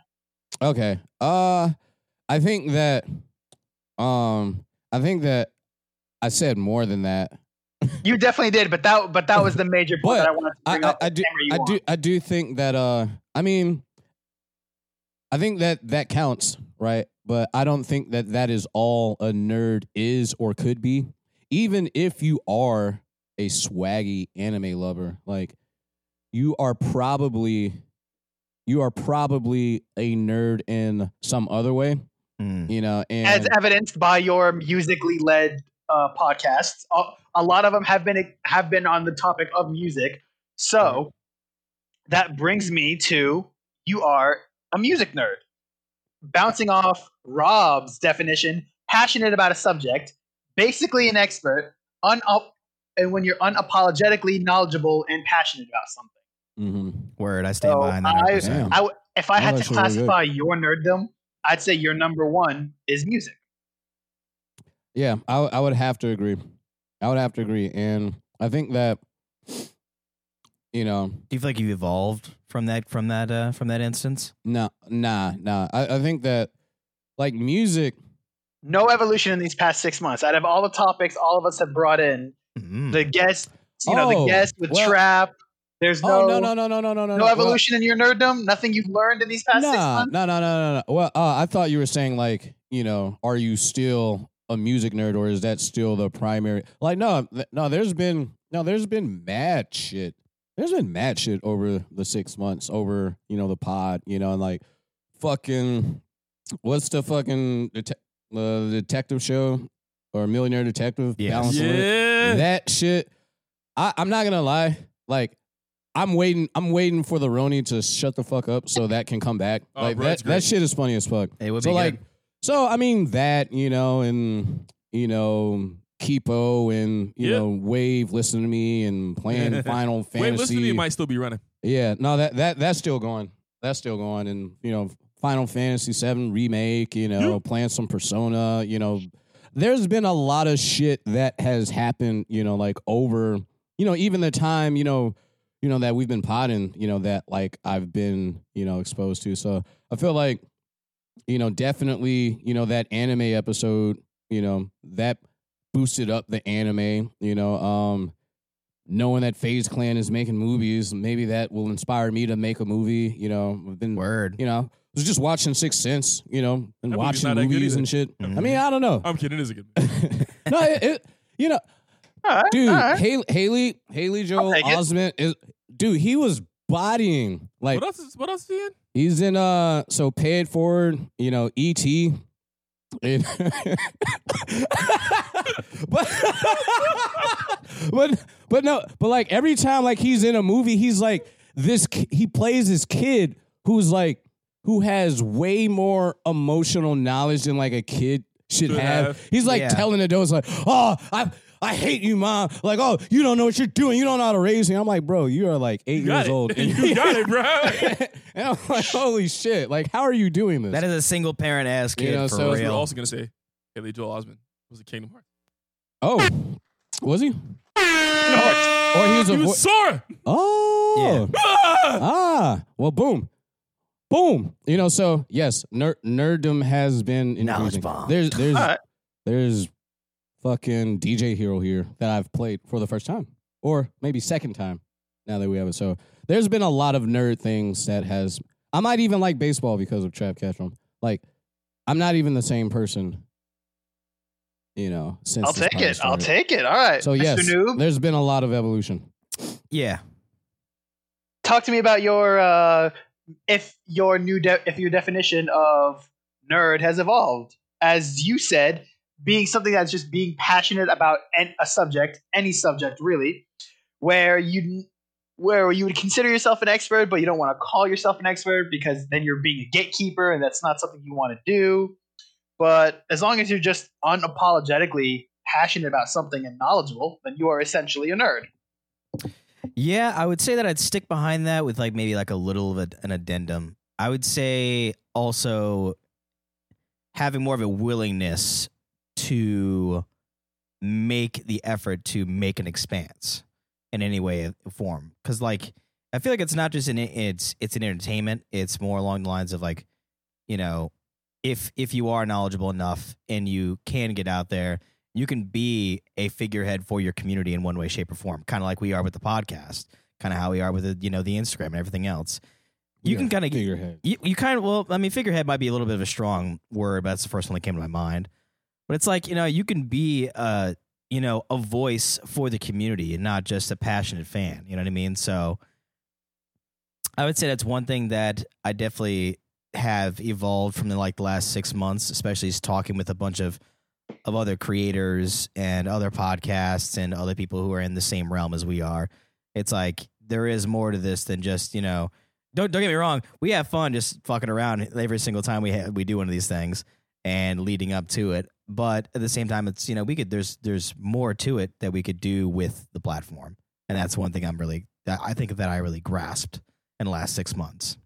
Okay. Uh I think that um I think that I said more than that. You definitely did, but that but that was the major But point that I wanted to I, bring I, up. I do Whatever you I want. do I do think that uh I mean I think that that counts, right? But I don't think that that is all a nerd is or could be. Even if you are a swaggy anime lover, like you are probably you are probably a nerd in some other way, Hmm. you know, and as evidenced by your musically led uh, podcasts. A, a lot of them have been have been on the topic of music. So that brings me to you are a music nerd. Bouncing off Rob's definition, passionate about a subject, basically an expert, un- and when you're unapologetically knowledgeable and passionate about something. Mhm. Word. I stand So behind I- that. Damn. 100%. I w- if I Oh, had that's to really good. classify your nerddom, I'd say your number one is music. Yeah, I I would have to agree. I would have to agree, and I think that you know, Do you feel like you've evolved from that from that uh, from that instance? nah, nah, nah. I, I think that like music. No evolution in these past six months. Out of all the topics all of us have brought in, Mm. Mm-hmm. the guest, you know, Hmm. Oh, the guest with well- trap. There's no, oh no no no no no no no no evolution in your nerddom. Nothing you've learned in these Well, past six nah, months. no no no no no. Well, uh, I thought you were saying like you know, are you still a music nerd or is that still the primary? Like no th- no, there's been no, there's been mad shit. There's been mad shit over the six months over you know the pod you know and like fucking what's the fucking det- uh, detective show or millionaire detective Yes. Balance of Wit? yeah. that shit I, i'm not gonna lie like i'm waiting i'm waiting for the roni to shut the fuck up so that can come back Oh, like bro, that, it's that great. shit is funny as fuck It would so be like good. so i mean that you know and you know Kipo and you Yeah. know Wave, listen to me and *laughs* playing Final Fantasy. Wait, listen to me. Might still be running. Yeah, no, that that that's still going. That's still going, and you know, Final Fantasy VII remake. You know, playing some Persona. You know, there's been a lot of shit that has happened. You know, like over. You know, even the time. You know, you know that we've been potting. You know that like I've been. You know, exposed to. So I feel like, you know, definitely. You know that anime episode. You know that boosted up the anime. You know, um, knowing that Phase Clan is making movies, maybe that will inspire me to make a movie. You know, I've been, Word. you know, I was just watching Sixth Sense. You know, and That movie's watching not that good movies either. and shit. Mhm. I mean, I don't know. *laughs* I'm kidding. It is a good. no, it, it, you know, All right, dude, all right. Haley, Haley, Haley Joel take it. Osment is, dude, he was bodying like What else? Is, what else is he in? he's in. Uh, so pay it forward. You know, ET. And- *laughs* but *laughs* but but no but like every time like he's in a movie he's like this ki- he plays this kid who's like who has way more emotional knowledge than like a kid should Should have. have. he's like Yeah. telling the adults like oh i i hate you mom like oh you don't know what you're doing you don't know how to raise me i'm like bro you are like eight You got years it. old *laughs* *laughs* you got it, bro. and i'm like holy shit like how are you doing this That is a single parent ass You kid know, for so- I was real. also gonna say Haley Joel Osment was a Kingdom Hearts. oh was he Hearts. or he was a He vo- *laughs* was Sora. oh Yeah. Ah! Ah, well, boom, boom. You know, so yes, ner- nerddom has been Knowledge increasing. bomb. There's, there's, All right. there's fucking DJ Hero here that I've played for the first time or maybe second time now that we have it. So there's been a lot of nerd things that has. I might even like baseball because of Trav Ketchum. Like, I'm not even the same person, you know, since I'll this take it. podcast I'll started. take it. All right. So, Mr. yes, Noob, there's been a lot of evolution. Yeah. talk to me about your uh, if your new de- if your definition of nerd has evolved. As you said, being something that's just being passionate about an- a subject, any subject really, where you where you would consider yourself an expert, but you don't want to call yourself an expert because then you're being a gatekeeper, and that's not something you want to do. But as long as you're just unapologetically passionate about something and knowledgeable, then you are essentially a nerd. Yeah, I would say that I'd stick behind that with like maybe like a little of a, an addendum. I would say also having more of a willingness to make the effort to make an expanse in any way or form cuz like I feel like it's not just an it's it's an entertainment, it's more along the lines of like you know if if you are knowledgeable enough and you can get out there you can be a figurehead for your community in one way shape or form kind of like we are with the podcast kind of how we are with the you know the instagram and everything else you Yeah, can kind of get figurehead. you, you kind of well i mean figurehead might be a little bit of a strong word but that's the first one that came to my mind but it's like you know you can be uh you know a voice for the community and not just a passionate fan you know what i mean so i would say that's one thing that i definitely have evolved from the like the last six months especially is talking with a bunch of of other creators and other podcasts and other people who are in the same realm as we are it's like there is more to this than just you know don't don't get me wrong. We have fun just fucking around every single time we ha- we do one of these things and leading up to it. But at the same time, it's you know we could there's there's more to it that we could do with the platform, and that's one thing I'm really that I think that I really grasped in the last six months.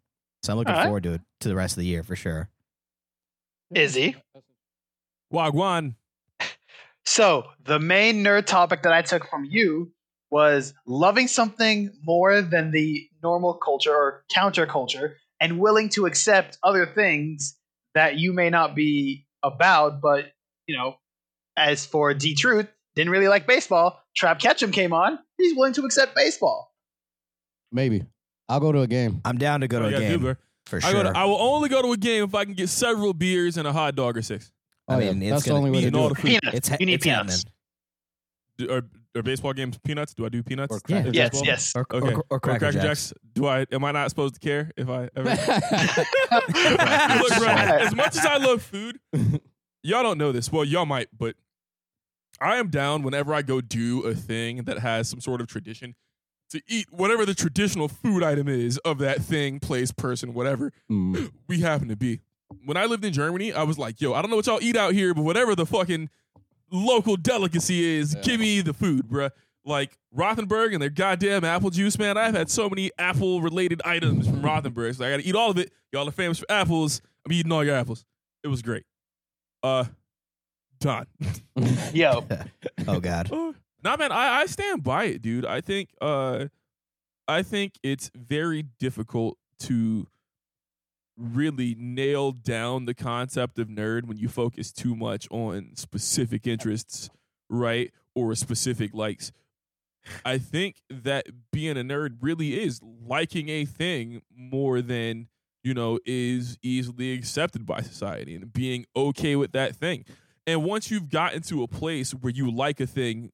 So I'm looking All right. forward to it to the rest of the year for sure. Izzy. Wagwan. So the main nerd topic that I took from you was loving something more than the normal culture or counterculture and willing to accept other things that you may not be about, but you know, as for D Truth, didn't really like baseball. Trap Ketchum came on. He's willing to accept baseball. Maybe. I'll go to a game. I'm down to go to Oh, a yeah, game Dubler. for I, sure. go to, I will only go to a game if I can get several beers and a hot dog or six. I Oh, yeah. mean, it's That's the gonna only way be to Eating do all it. the food. Peanuts. it's ha- you need it's peanuts. happening. Do- Are, are baseball games peanuts? Do I do peanuts? Or Yeah. Cracker Yes, Jack. yes. Or, Okay. or, or Cracker *laughs* Jacks. Do I? Am I not supposed to care if I *laughs* ever? *laughs* *laughs* Look, bro, Shut as much as I love food, y'all don't know this. Well, y'all might, but I am down whenever I go do a thing that has some sort of tradition to eat whatever the traditional food item is of that thing, place, person, whatever *laughs* Mm. we happen to be. When I lived in Germany, I was like, yo, I don't know what y'all eat out here, but whatever the fucking local delicacy is, Yeah. give me the food, bruh. Like Rothenberg and their goddamn apple juice, man. I've had so many apple related items from Rothenberg. So I gotta eat all of it. Y'all are famous for apples. I'm eating all your apples. It was great. Uh Don. *laughs* Yo, Oh God. Uh, nah, man, I, I stand by it, dude. I think uh, I think it's very difficult to really nail down the concept of nerd when you focus too much on specific interests, right, or specific likes. I think that being a nerd really is liking a thing more than you know is easily accepted by society and being okay with that thing. And once you've gotten to a place where you like a thing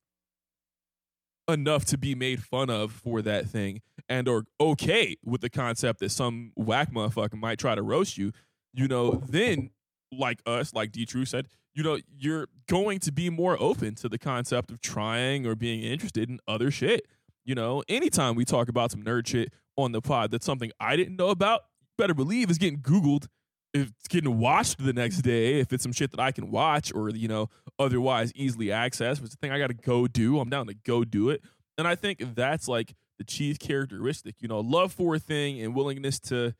enough to be made fun of for that thing and are okay with the concept that some whack motherfucker might try to roast you, you know, then like us, like D True said, you know, you're going to be more open to the concept of trying or being interested in other shit. You know, anytime we talk about some nerd shit on the pod that's something I didn't know about, better believe is getting Googled if it's getting watched the next day, if it's some shit that I can watch or, you know, otherwise easily accessed, if it's a thing I got to go do, I'm down to go do it. And I think that's like the chief characteristic, you know, love for a thing and willingness to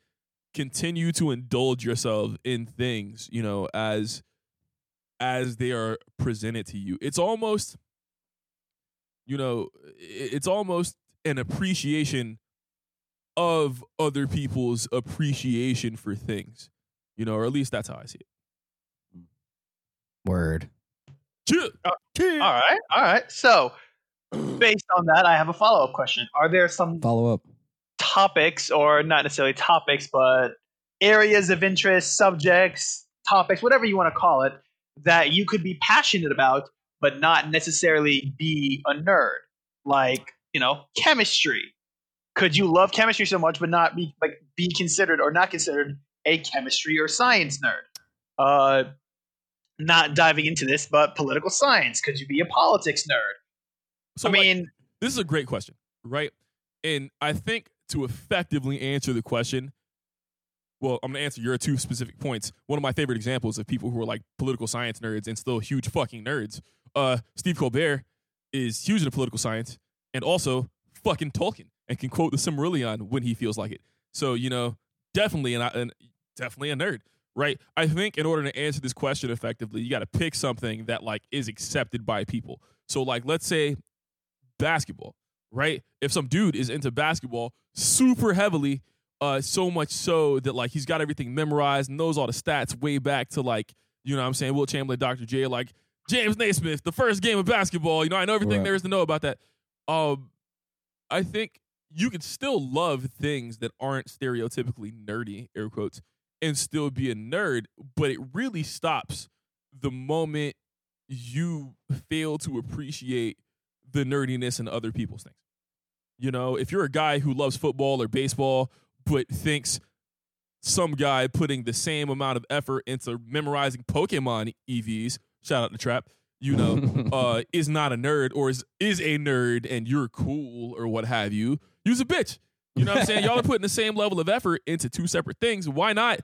continue to indulge yourself in things, you know, as as they are presented to you. It's almost you know, i- it's almost an appreciation of other people's appreciation for things you know, or at least that's how I see it. Word. Chill. Oh, All right, all right. So, based on that, I have a follow up question. Are there some Follow up. topics, or not necessarily topics, but areas of interest, subjects, topics, whatever you want to call it, that you could be passionate about, but not necessarily be a nerd? Like, you know, chemistry. Could you love chemistry so much, but not be like be considered or not considered a chemistry or science nerd? Uh, not diving into this, but political science. Could you be a politics nerd? So I like, mean, this is a great question, right? And I think to effectively answer the question, well, I'm gonna answer your two specific points. One of my favorite examples of people who are like political science nerds and still huge fucking nerds. Uh, Steve Colbert is huge into political science and also fucking Tolkien and can quote the Silmarillion when he feels like it. So you know, definitely and I and definitely a nerd, right? I think in order to answer this question effectively, you got to pick something that like is accepted by people. So like, let's say basketball, right? If some dude is into basketball super heavily, uh, so much so that like he's got everything memorized, knows all the stats way back to like, you know what I'm saying, Will Chamberlain, Dr. J, like James Naismith, the first game of basketball, you know, I know everything Right. there is to know about that. Um, I think you can still love things that aren't stereotypically nerdy, air quotes, and still be a nerd, but it really stops the moment you fail to appreciate the nerdiness in other people's things. You know, if you're a guy who loves football or baseball, but thinks some guy putting the same amount of effort into memorizing Pokemon EVs, shout out to Trap, you know, *laughs* uh, is not a nerd or is is a nerd and you're cool or what have you, you's a bitch. You know what I'm saying? Y'all are putting the same level of effort into two separate things. Why not?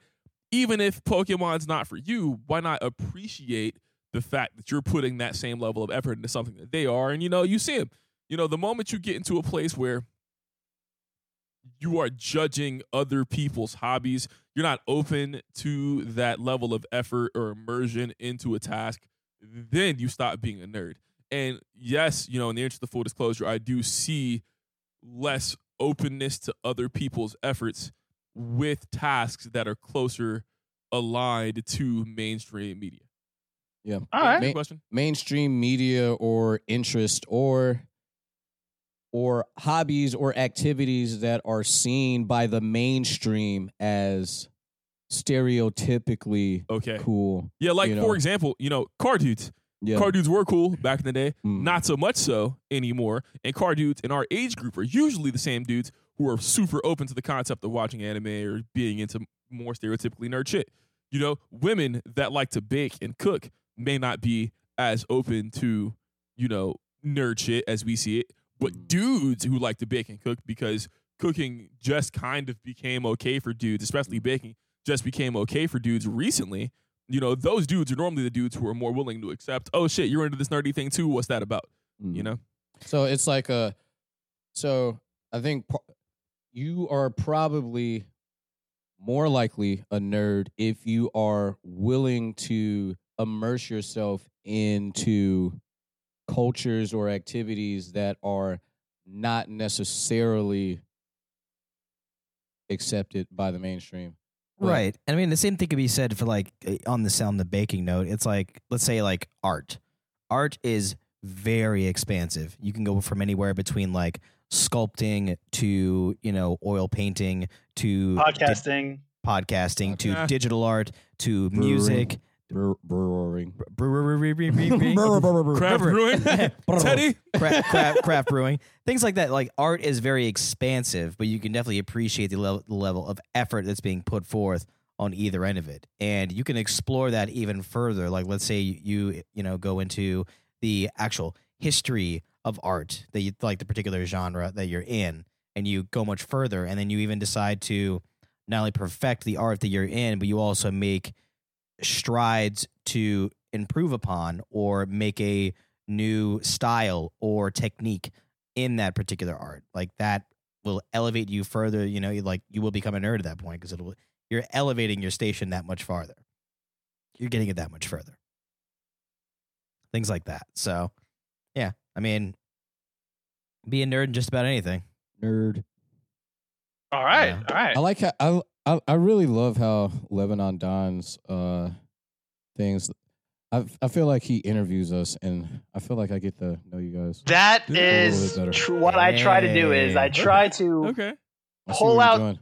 Even if Pokemon's not for you, why not appreciate the fact that you're putting that same level of effort into something that they are? And you know, you see them. You know, the moment you get into a place where you are judging other people's hobbies, you're not open to that level of effort or immersion into a task, then you stop being a nerd. And yes, you know, in the interest of full disclosure, I do see less openness to other people's efforts with tasks that are closer aligned to mainstream media. Yeah. all right. Ma- Question? mainstream media or interest or or hobbies or activities that are seen by the mainstream as stereotypically Okay. cool. Yeah, like You know. for example, you know, car dudes. Yeah. Car dudes were cool back in the day. Mm. Not so much so anymore. And car dudes in our age group are usually the same dudes who are super open to the concept of watching anime or being into more stereotypically nerd shit. You know, women that like to bake and cook may not be as open to, you know, nerd shit as we see it. But dudes who like to bake and cook because cooking just kind of became okay for dudes, especially baking, just became okay for dudes recently you know, those dudes are normally the dudes who are more willing to accept, oh shit, you're into this nerdy thing too. What's that about? Mm. You know? So it's like a. So I think par- you are probably more likely a nerd if you are willing to immerse yourself into cultures or activities that are not necessarily accepted by the mainstream. But- Right. And I mean, the same thing could be said for like eh, on the on the baking note. It's like let's say like art. Art is very expansive. You can go from anywhere between like sculpting to you know oil painting to di- podcasting. podcasting to Podcast. digital art to Brewing. music. Bre- brewing. *laughs* *laughs* Craft brewing? Teddy? craft, craft, craft brewing, things like that. Like art is very expansive, but you can definitely appreciate the level, the level of effort that's being put forth on either end of it, and you can explore that even further. Like let's say you you know go into the actual history of art that you like the particular genre that you're in, and you go much further, and then you even decide to not only perfect the art that you're in, but you also make strides to improve upon or make a new style or technique in that particular art. Like that will elevate you further. You know, you- like you will become a nerd at that point because it'll you're elevating your station that much farther. You're getting it that much further. Things like that. So, yeah, I mean, be a nerd in just about anything. Nerd. All right, Yeah. all right. I like how I I, I really love how Lebanon Don's uh things I, I feel like he interviews us, and I feel like I get to know you guys. That Ooh, is better. tr- what I try to do. Is I Hey. try to Okay. I see Pull what you're out- doing.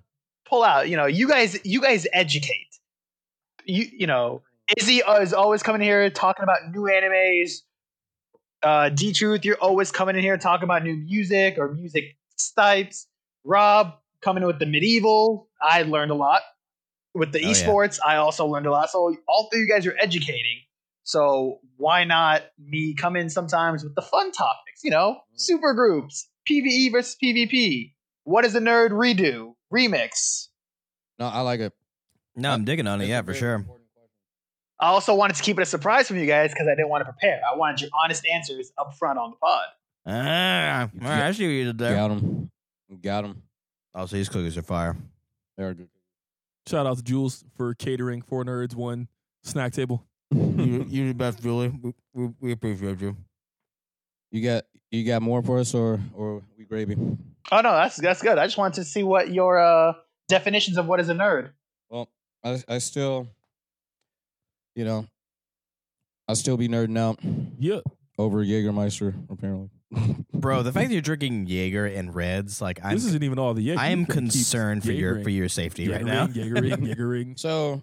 pull out. You know, you guys, you guys educate. You you know, Izzy uh, is always coming here talking about new animes. Uh, D Truth, you're always coming in here talking about new music or music types. Rob coming in with the medieval. I learned a lot with the Oh, yeah. esports. I also learned a lot. So all three of you guys are educating. So why not me come in sometimes with the fun topics? You know, Mm. super groups, PVE versus PvP. What is a nerd redo remix? No, I like it. No, I'm digging on it. Yeah, for sure. I also wanted to keep it a surprise from you guys because I didn't want to prepare. I wanted your honest answers up front on the pod. Ah, all right, I see what you did there. Got him. Got him. Also, these cookies are fire. They are good. Shout out to Jules for catering four nerds one snack table. *laughs* you're the best, Julie. We, we, we appreciate you. you got you got more for us, or or we gravy? Oh no, that's that's good. I just wanted to see what your uh, definitions of what is a nerd. Well, I I still, you know, I still be nerding out Yeah. over Jägermeister apparently. Bro, the fact that you're drinking Jaeger and Reds, like I'm, this isn't even all the yeah. *laughs* I am concerned for your for your safety right now. Giggering, *laughs* giggering. So,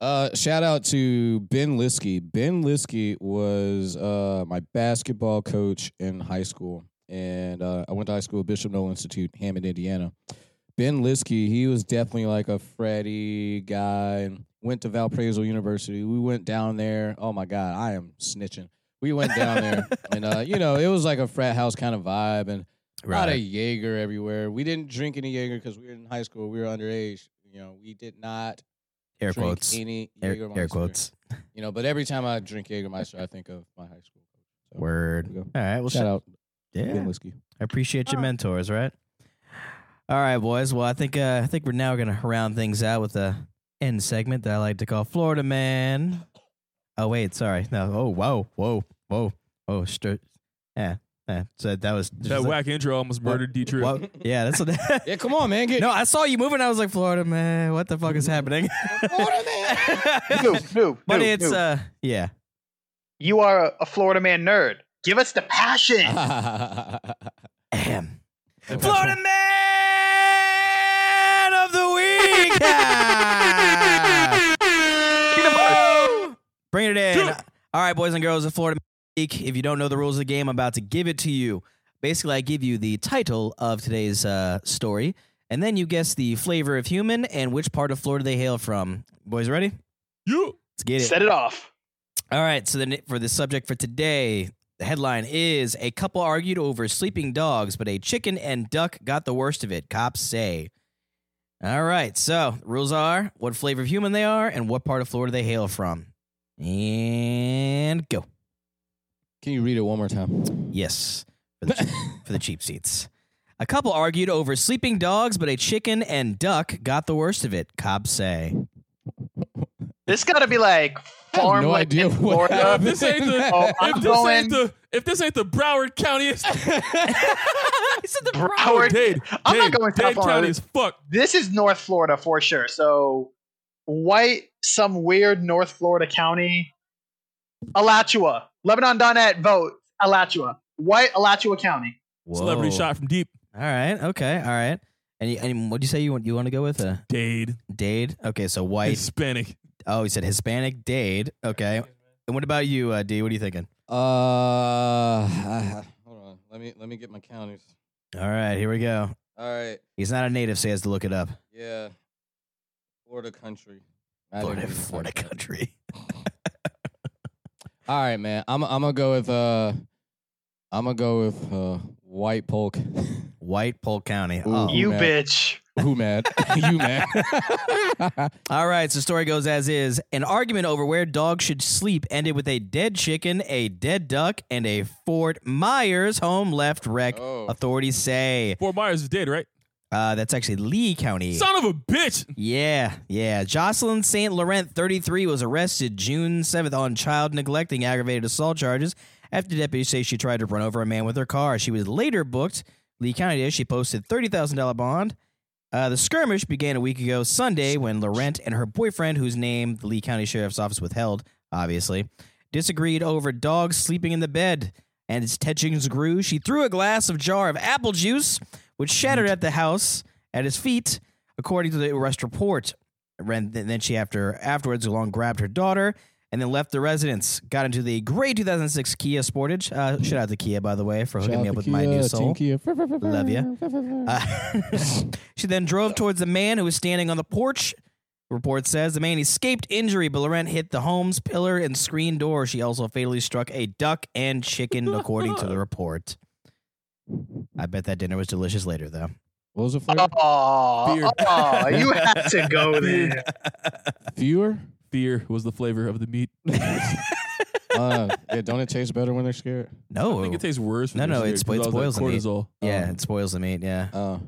uh, shout out to Ben Liskey. Ben Liskey was uh, my basketball coach in high school, and uh, I went to high school at Bishop Noel Institute, Hammond, Indiana. Ben Liskey, he was definitely like a fratty guy. Went to Valparaiso University. We went down there. Oh my God, I am snitching. We went down there, and uh, you know, it was like a frat house kind of vibe, and a lot of Jaeger everywhere. We didn't drink any Jaeger because we were in high school. We were underage. You know, we did not Air drink quotes. Any Air, Jägermeister. air quotes. You know, but every time I drink Jägermeister, I think of my high school. So, Word. there we go. All right. Well, Shout out Yeah. Ben Whiskey. I appreciate your mentors, right? All right, boys. Well, I think uh, I think we're now gonna round things out with the end segment that I like to call Florida Man. Oh wait, sorry. No. Oh whoa, whoa, whoa, whoa. Str- yeah, yeah. So that was That whack intro almost murdered Detroit. Whoa. Yeah, that's what. *laughs* Yeah, come on, man. Get no, I saw you moving. I was like, Florida Man, what the fuck is happening? *laughs* Florida Man. No, *laughs* no, *laughs* but no, it's no. uh, yeah. you are a, a Florida man nerd. Give us the passion. Ahem. That Florida Man of the Week. Bring it in. Do it. All right, boys and girls of Florida Man of the Week. If you don't know the rules of the game, I'm about to give it to you. Basically, I give you the title of today's uh, story, and then you guess the flavor of human and which part of Florida they hail from. Boys, ready? You. Let's get it. Set it off. All right. So then for the subject for today, the headline is a couple argued over sleeping dogs, but a chicken and duck got the worst of it. Cops say. All right. So rules are what flavor of human they are and what part of Florida they hail from. And go. *laughs* Can you read it one more time? Yes. For the, cheap, for the cheap seats. A couple argued over sleeping dogs, but a chicken and duck got the worst of it. Cops say. *laughs* This got to be like I have farm no like idea in what Florida. Uh, this ain't the- happened. Oh, *laughs* if I'm this going ain't the if this ain't the Broward County, it's I said the oh, Broward. Dade. I'm not Dade- going Dade tough on County it. as fuck. This is North Florida for sure. So white, some weird North Florida county, Alachua, Lebanon Donette vote Alachua, white Alachua County. Celebrity Whoa. shot from deep. All right. Okay. All right. And, you- and what do you say you want? You want to go with a Dade. Dade? Okay. So white. Hispanic. Oh, he said Hispanic Dade. Okay. And what about you, uh, D? What are you thinking? Uh, ah, *laughs* hold on. Let me let me get my counters. All right. Here we go. All right. He's not a native, so he has to look it up. Yeah. Florida country. I didn't Florida, even Florida type that. country. *laughs* All right, man. I'm I'm gonna go with uh, I'm gonna go with uh, white polk. *laughs* White Polk County. Ooh. Oh. you man. bitch. *laughs* Who mad? you *laughs* mad? All right. So story goes as is. An argument over where dogs should sleep ended with a dead chicken, a dead duck, and a Fort Myers home left wreck. Oh. Authorities say Fort Myers is dead, right? uh, that's actually Lee County. Son of a bitch. Yeah, yeah. Jocelyn St. Laurent, 33, was arrested June 7th on child neglecting aggravated assault charges after deputies say she tried to run over a man with her car. She was later booked. Lee County did. She posted $30,000 bond. Uh, the skirmish began a week ago Sunday when Laurent and her boyfriend, whose name the Lee County Sheriff's Office withheld, obviously, disagreed over dogs sleeping in the bed, and as tensions grew, she threw a glass of jar of apple juice, which shattered at the house at his feet, according to the arrest report. And then she after afterwards along grabbed her daughter and then left the residence. Got into the gray 2006 Kia Sportage. Uh, shout out to Kia, by the way, for hooking me up with my new soul. Love ya. Uh, *laughs* she then drove towards the man who was standing on the porch. Report says the man escaped injury, but Laurent hit the home's pillar and screen door. She also fatally struck a duck and chicken, according *laughs* to the report. I bet that dinner was delicious later, though. What was the Oh, flavor? Beer. oh, *laughs* you had to go there. Fewer? Fear was the flavor of *laughs* the meat. Oh. Uh, yeah, don't it taste better when they're scared? No, I think it tastes worse. No, when no, they're it scared, spo- 'cause all that spoils the meat. cortisol. yeah, Um, it spoils the meat. Yeah, Uh,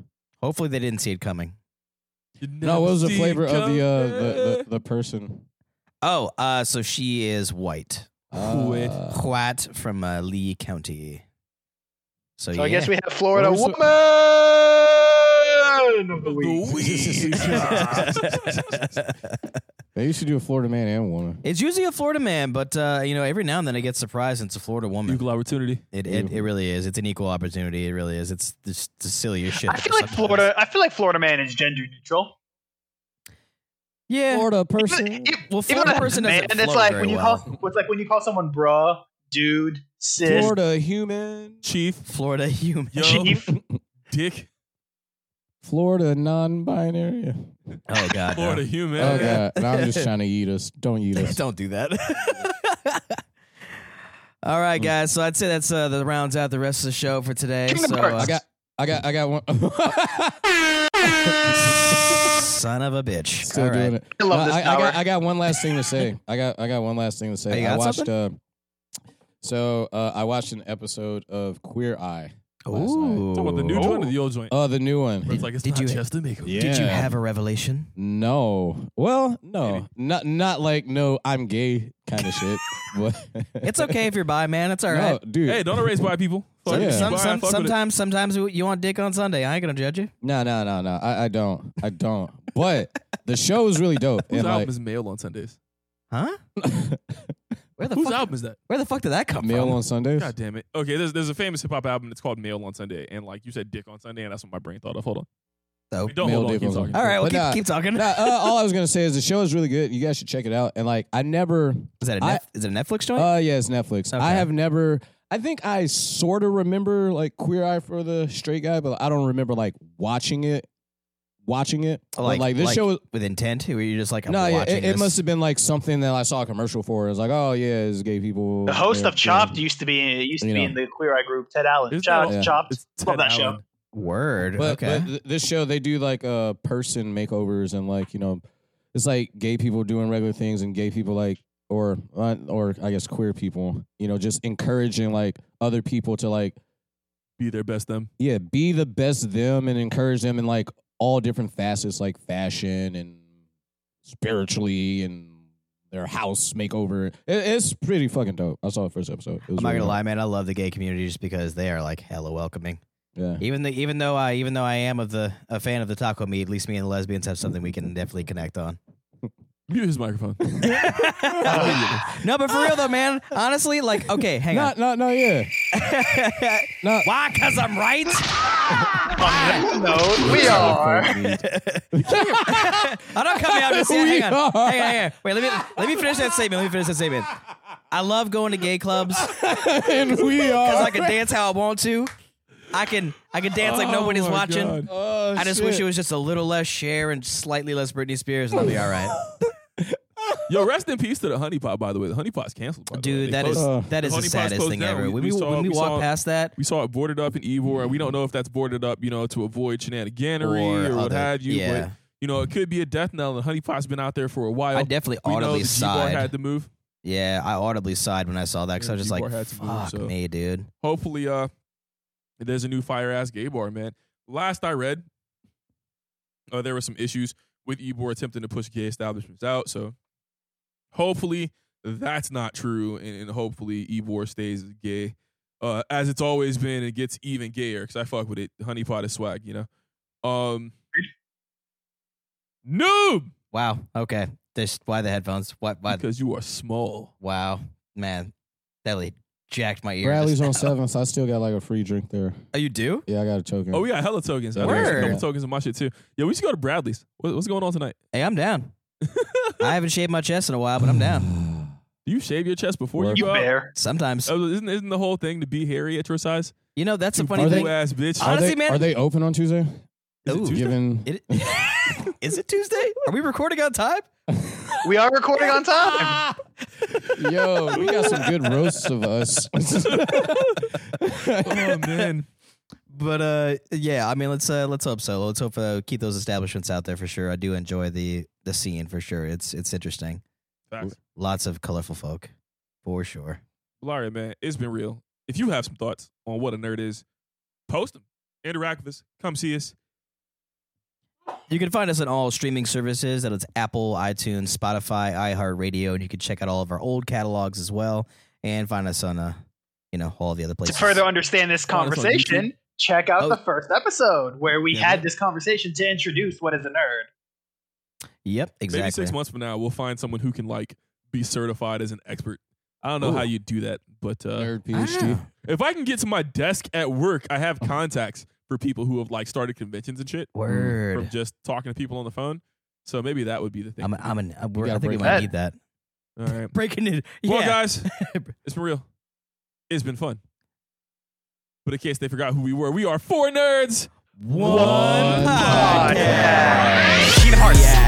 hopefully they didn't see it coming. You no, what was the never flavor see it of the uh, the, coming. the, the person? Oh, uh, so she is white. Wait. Uh, White from uh, Lee County. So, So yeah. I guess we have Florida What was woman of the week. *laughs* *laughs* They used to do a Florida man and woman. It's usually a Florida man, but uh, you know, every now and then I get surprised and it's a Florida *laughs* woman. Equal opportunity. It, it it really is. It's an equal opportunity. It really is. It's just the silliest shit. I feel like sometimes. Florida. I feel like Florida man is gender neutral. Yeah. Florida Even- person. even- Well, even Florida as a person doesn't man, it's flow like very when you well. call. It's like when you call someone bruh, dude, sis, Florida human. Chief, Florida human. Yo. chief. dick, Florida non-binary. Oh god. no. Florida *laughs* human. Oh god, no, I'm just trying to eat us. Don't eat us. Don't do that. *laughs* All right, Mm. guys. So I'd say that's uh, the rounds out the rest of the show for today. Kingdom so, Hearts. uh, I *laughs* got, I got, I got one. son of a bitch. Still All right. doing it. I love No, this I, I hour. got, I got one last thing to say. I got, I got one last thing to Oh, say. you I got watched. Uh, so uh, I watched an episode of Queer Eye. last night. Ooh. Talk about the Oh, new joint or the old joint? Oh, the new one. Where it's like it's Did not you- just a makeover. Yeah. Did you have a revelation? No. Well, no. Maybe. Not not like no, I'm gay kind of shit. *laughs* But It's okay if you're bi, man. It's all *laughs* no, right. dude. Hey, don't erase white people. Fuck Some, Yeah. it. some, Bye, some, fuck with it. sometimes, sometimes you want dick on Sunday. I ain't gonna judge you. No, no, no, no. I, I don't. I don't. But the show is really dope. *laughs* Whose and album like, is Mail on Sundays? Huh? Where the Whose fuck? album is that? Where the fuck did that come Mail from? on Sundays. God damn it. Okay, there's there's a famous hip hop album that's called Mail on Sunday, and like you said, Dick on Sunday, and that's what my brain thought of. Hold on. So- Don't Mail hold on. Dick Keep on talking. all right, well, But keep, nah, keep talking. *laughs* Nah, uh, all I was gonna say is the show is really good. You guys should check it out. And like, I never. is that a I- Netf- is it a Netflix joint? Uh, yeah, it's Netflix. Okay. I have never. I think I sort of remember like Queer Eye for the Straight Guy, but I don't remember like watching it. Watching it, But, like, this show is with intent, where you're just like, I'm no, yeah, watching it, this. it must have been like something that I saw a commercial for. It was like, oh yeah, it's gay people. The host they're- of Chopped used to be used to You be know. in the Queer Eye group. Ted Allen. Isn't Shout out that- to Chopped. It's Love Ted that show. Allen. word. But, okay, but th- this show they do like uh person makeovers and like you know, it's like gay people doing regular things and gay people like or uh, or I guess queer people, you know, just encouraging like other people to like Be their best them. yeah be the best them and encourage them in like all different facets like fashion and spiritually and their house makeover. It, it's pretty fucking dope. I saw the first episode. It was I'm not gonna really dope. lie, man. I love the gay community just because they are like hella welcoming. Yeah. Even the, even though I even though I am of the a fan of the taco meat, at least me and the lesbians have something we can definitely connect on. Mute his microphone. no, but for real though, man. Honestly, like, okay, hang Not, not, not, yeah. *laughs* on. Not, Why? Cause I'm right. On that note, we are. I don't come out *laughs* just yet. We Hang on. are. Hang on, hang on. Wait, let me let me finish that statement. Let me finish that statement. I love going to gay clubs because *laughs* and *laughs* we are. I *laughs* can dance how I want to. I can I can dance like nobody's Oh, my watching. God. Oh, I just wish it was just a little less Cher and slightly less Britney Spears, and I'll be all right. Yo, rest in peace to the honey pot, by the way. The honey pot's canceled. *sighs* By the way. They Dude, that is closed- Uh, that is the the honey pot's saddest closed thing down. ever. We- When we we saw- when we we walk saw- past that, We saw it boarded up in Ivor, and we don't know if that's boarded up, you know, to avoid shenaniganery Or or, what other- have you. yeah. But you know, it could be a death knell, and Honeypot's been out there for a while. I definitely we know audibly the G-Bar sighed. had to move. Yeah, I audibly sighed when I saw that because I Yeah, was just G-Bar like, had to move, "Fuck so- me, dude." Hopefully, uh, there's a new fire ass gay bar, man. Last I read, uh, there were some issues with Ebor attempting to push gay establishments out. So hopefully that's not true, and, and hopefully Ebor stays gay uh, as it's always been and gets even gayer because I fuck with it. Honeypot is swag, you know. Um, noob, Wow. Okay. This why the headphones? What? Why? because you are small. Wow. man, that really jacked my ear. Bradley's just on now. seven, so I still got like a free drink there. Oh, you do? Yeah, I got a token. Oh, we got hella tokens. I Word. got a couple tokens in my shit too. Yeah, we should go to Bradley's. What, what's going on tonight? Hey, I'm *laughs* down. I haven't shaved my chest in a while, but I'm down. Do you shave your chest before Work. you You go? out? bear. Sometimes, Oh, isn't, isn't the whole thing to be hairy at your size? you know, that's a You funny Are they- thing. blue ass bitch. Are Honestly, they, man- Are they open on Tuesday? Is it Ooh. *laughs* Tuesday? Given It, is it Tuesday? Are we recording on time? We are recording *laughs* on time. yo, we got some good roasts *laughs* of us. oh man. But uh, yeah, I mean, let's uh, let's hope so. Let's hope uh, keep those establishments out there for sure. I do enjoy the the scene for sure. It's it's interesting. Facts. Lots of colorful folk, for sure. Well, all right, man. It's been real. If you have some thoughts on what a nerd is, post them. Interact with us. Come see us. You can find us on all streaming services. That is Apple, iTunes, Spotify, iHeartRadio, and you can check out all of our old catalogs as well, and find us on uh, you know, all the other To places. further understand this Find us on conversation, check out Oh. the first episode where we Yeah. had this conversation to introduce what is a nerd. Yep, Maybe exactly. six months from now, we'll find someone who can like be certified as an expert. I don't know Ooh. how you do that, but uh, Nerd I don't PhD. know. if I can get to my desk at work, I Oh. have contacts for people who have like started conventions and shit from Word. just talking to people on the phone. So maybe that would be the thing. I'm I'm an, I, we're, I gotta think we break might that. need that. All right. Breaking it. Well, Yeah. guys, it's been real. It's been fun. But in case they forgot who we were, we are four nerds. One, One podcast. Kingdom Hearts. Ah, Yeah.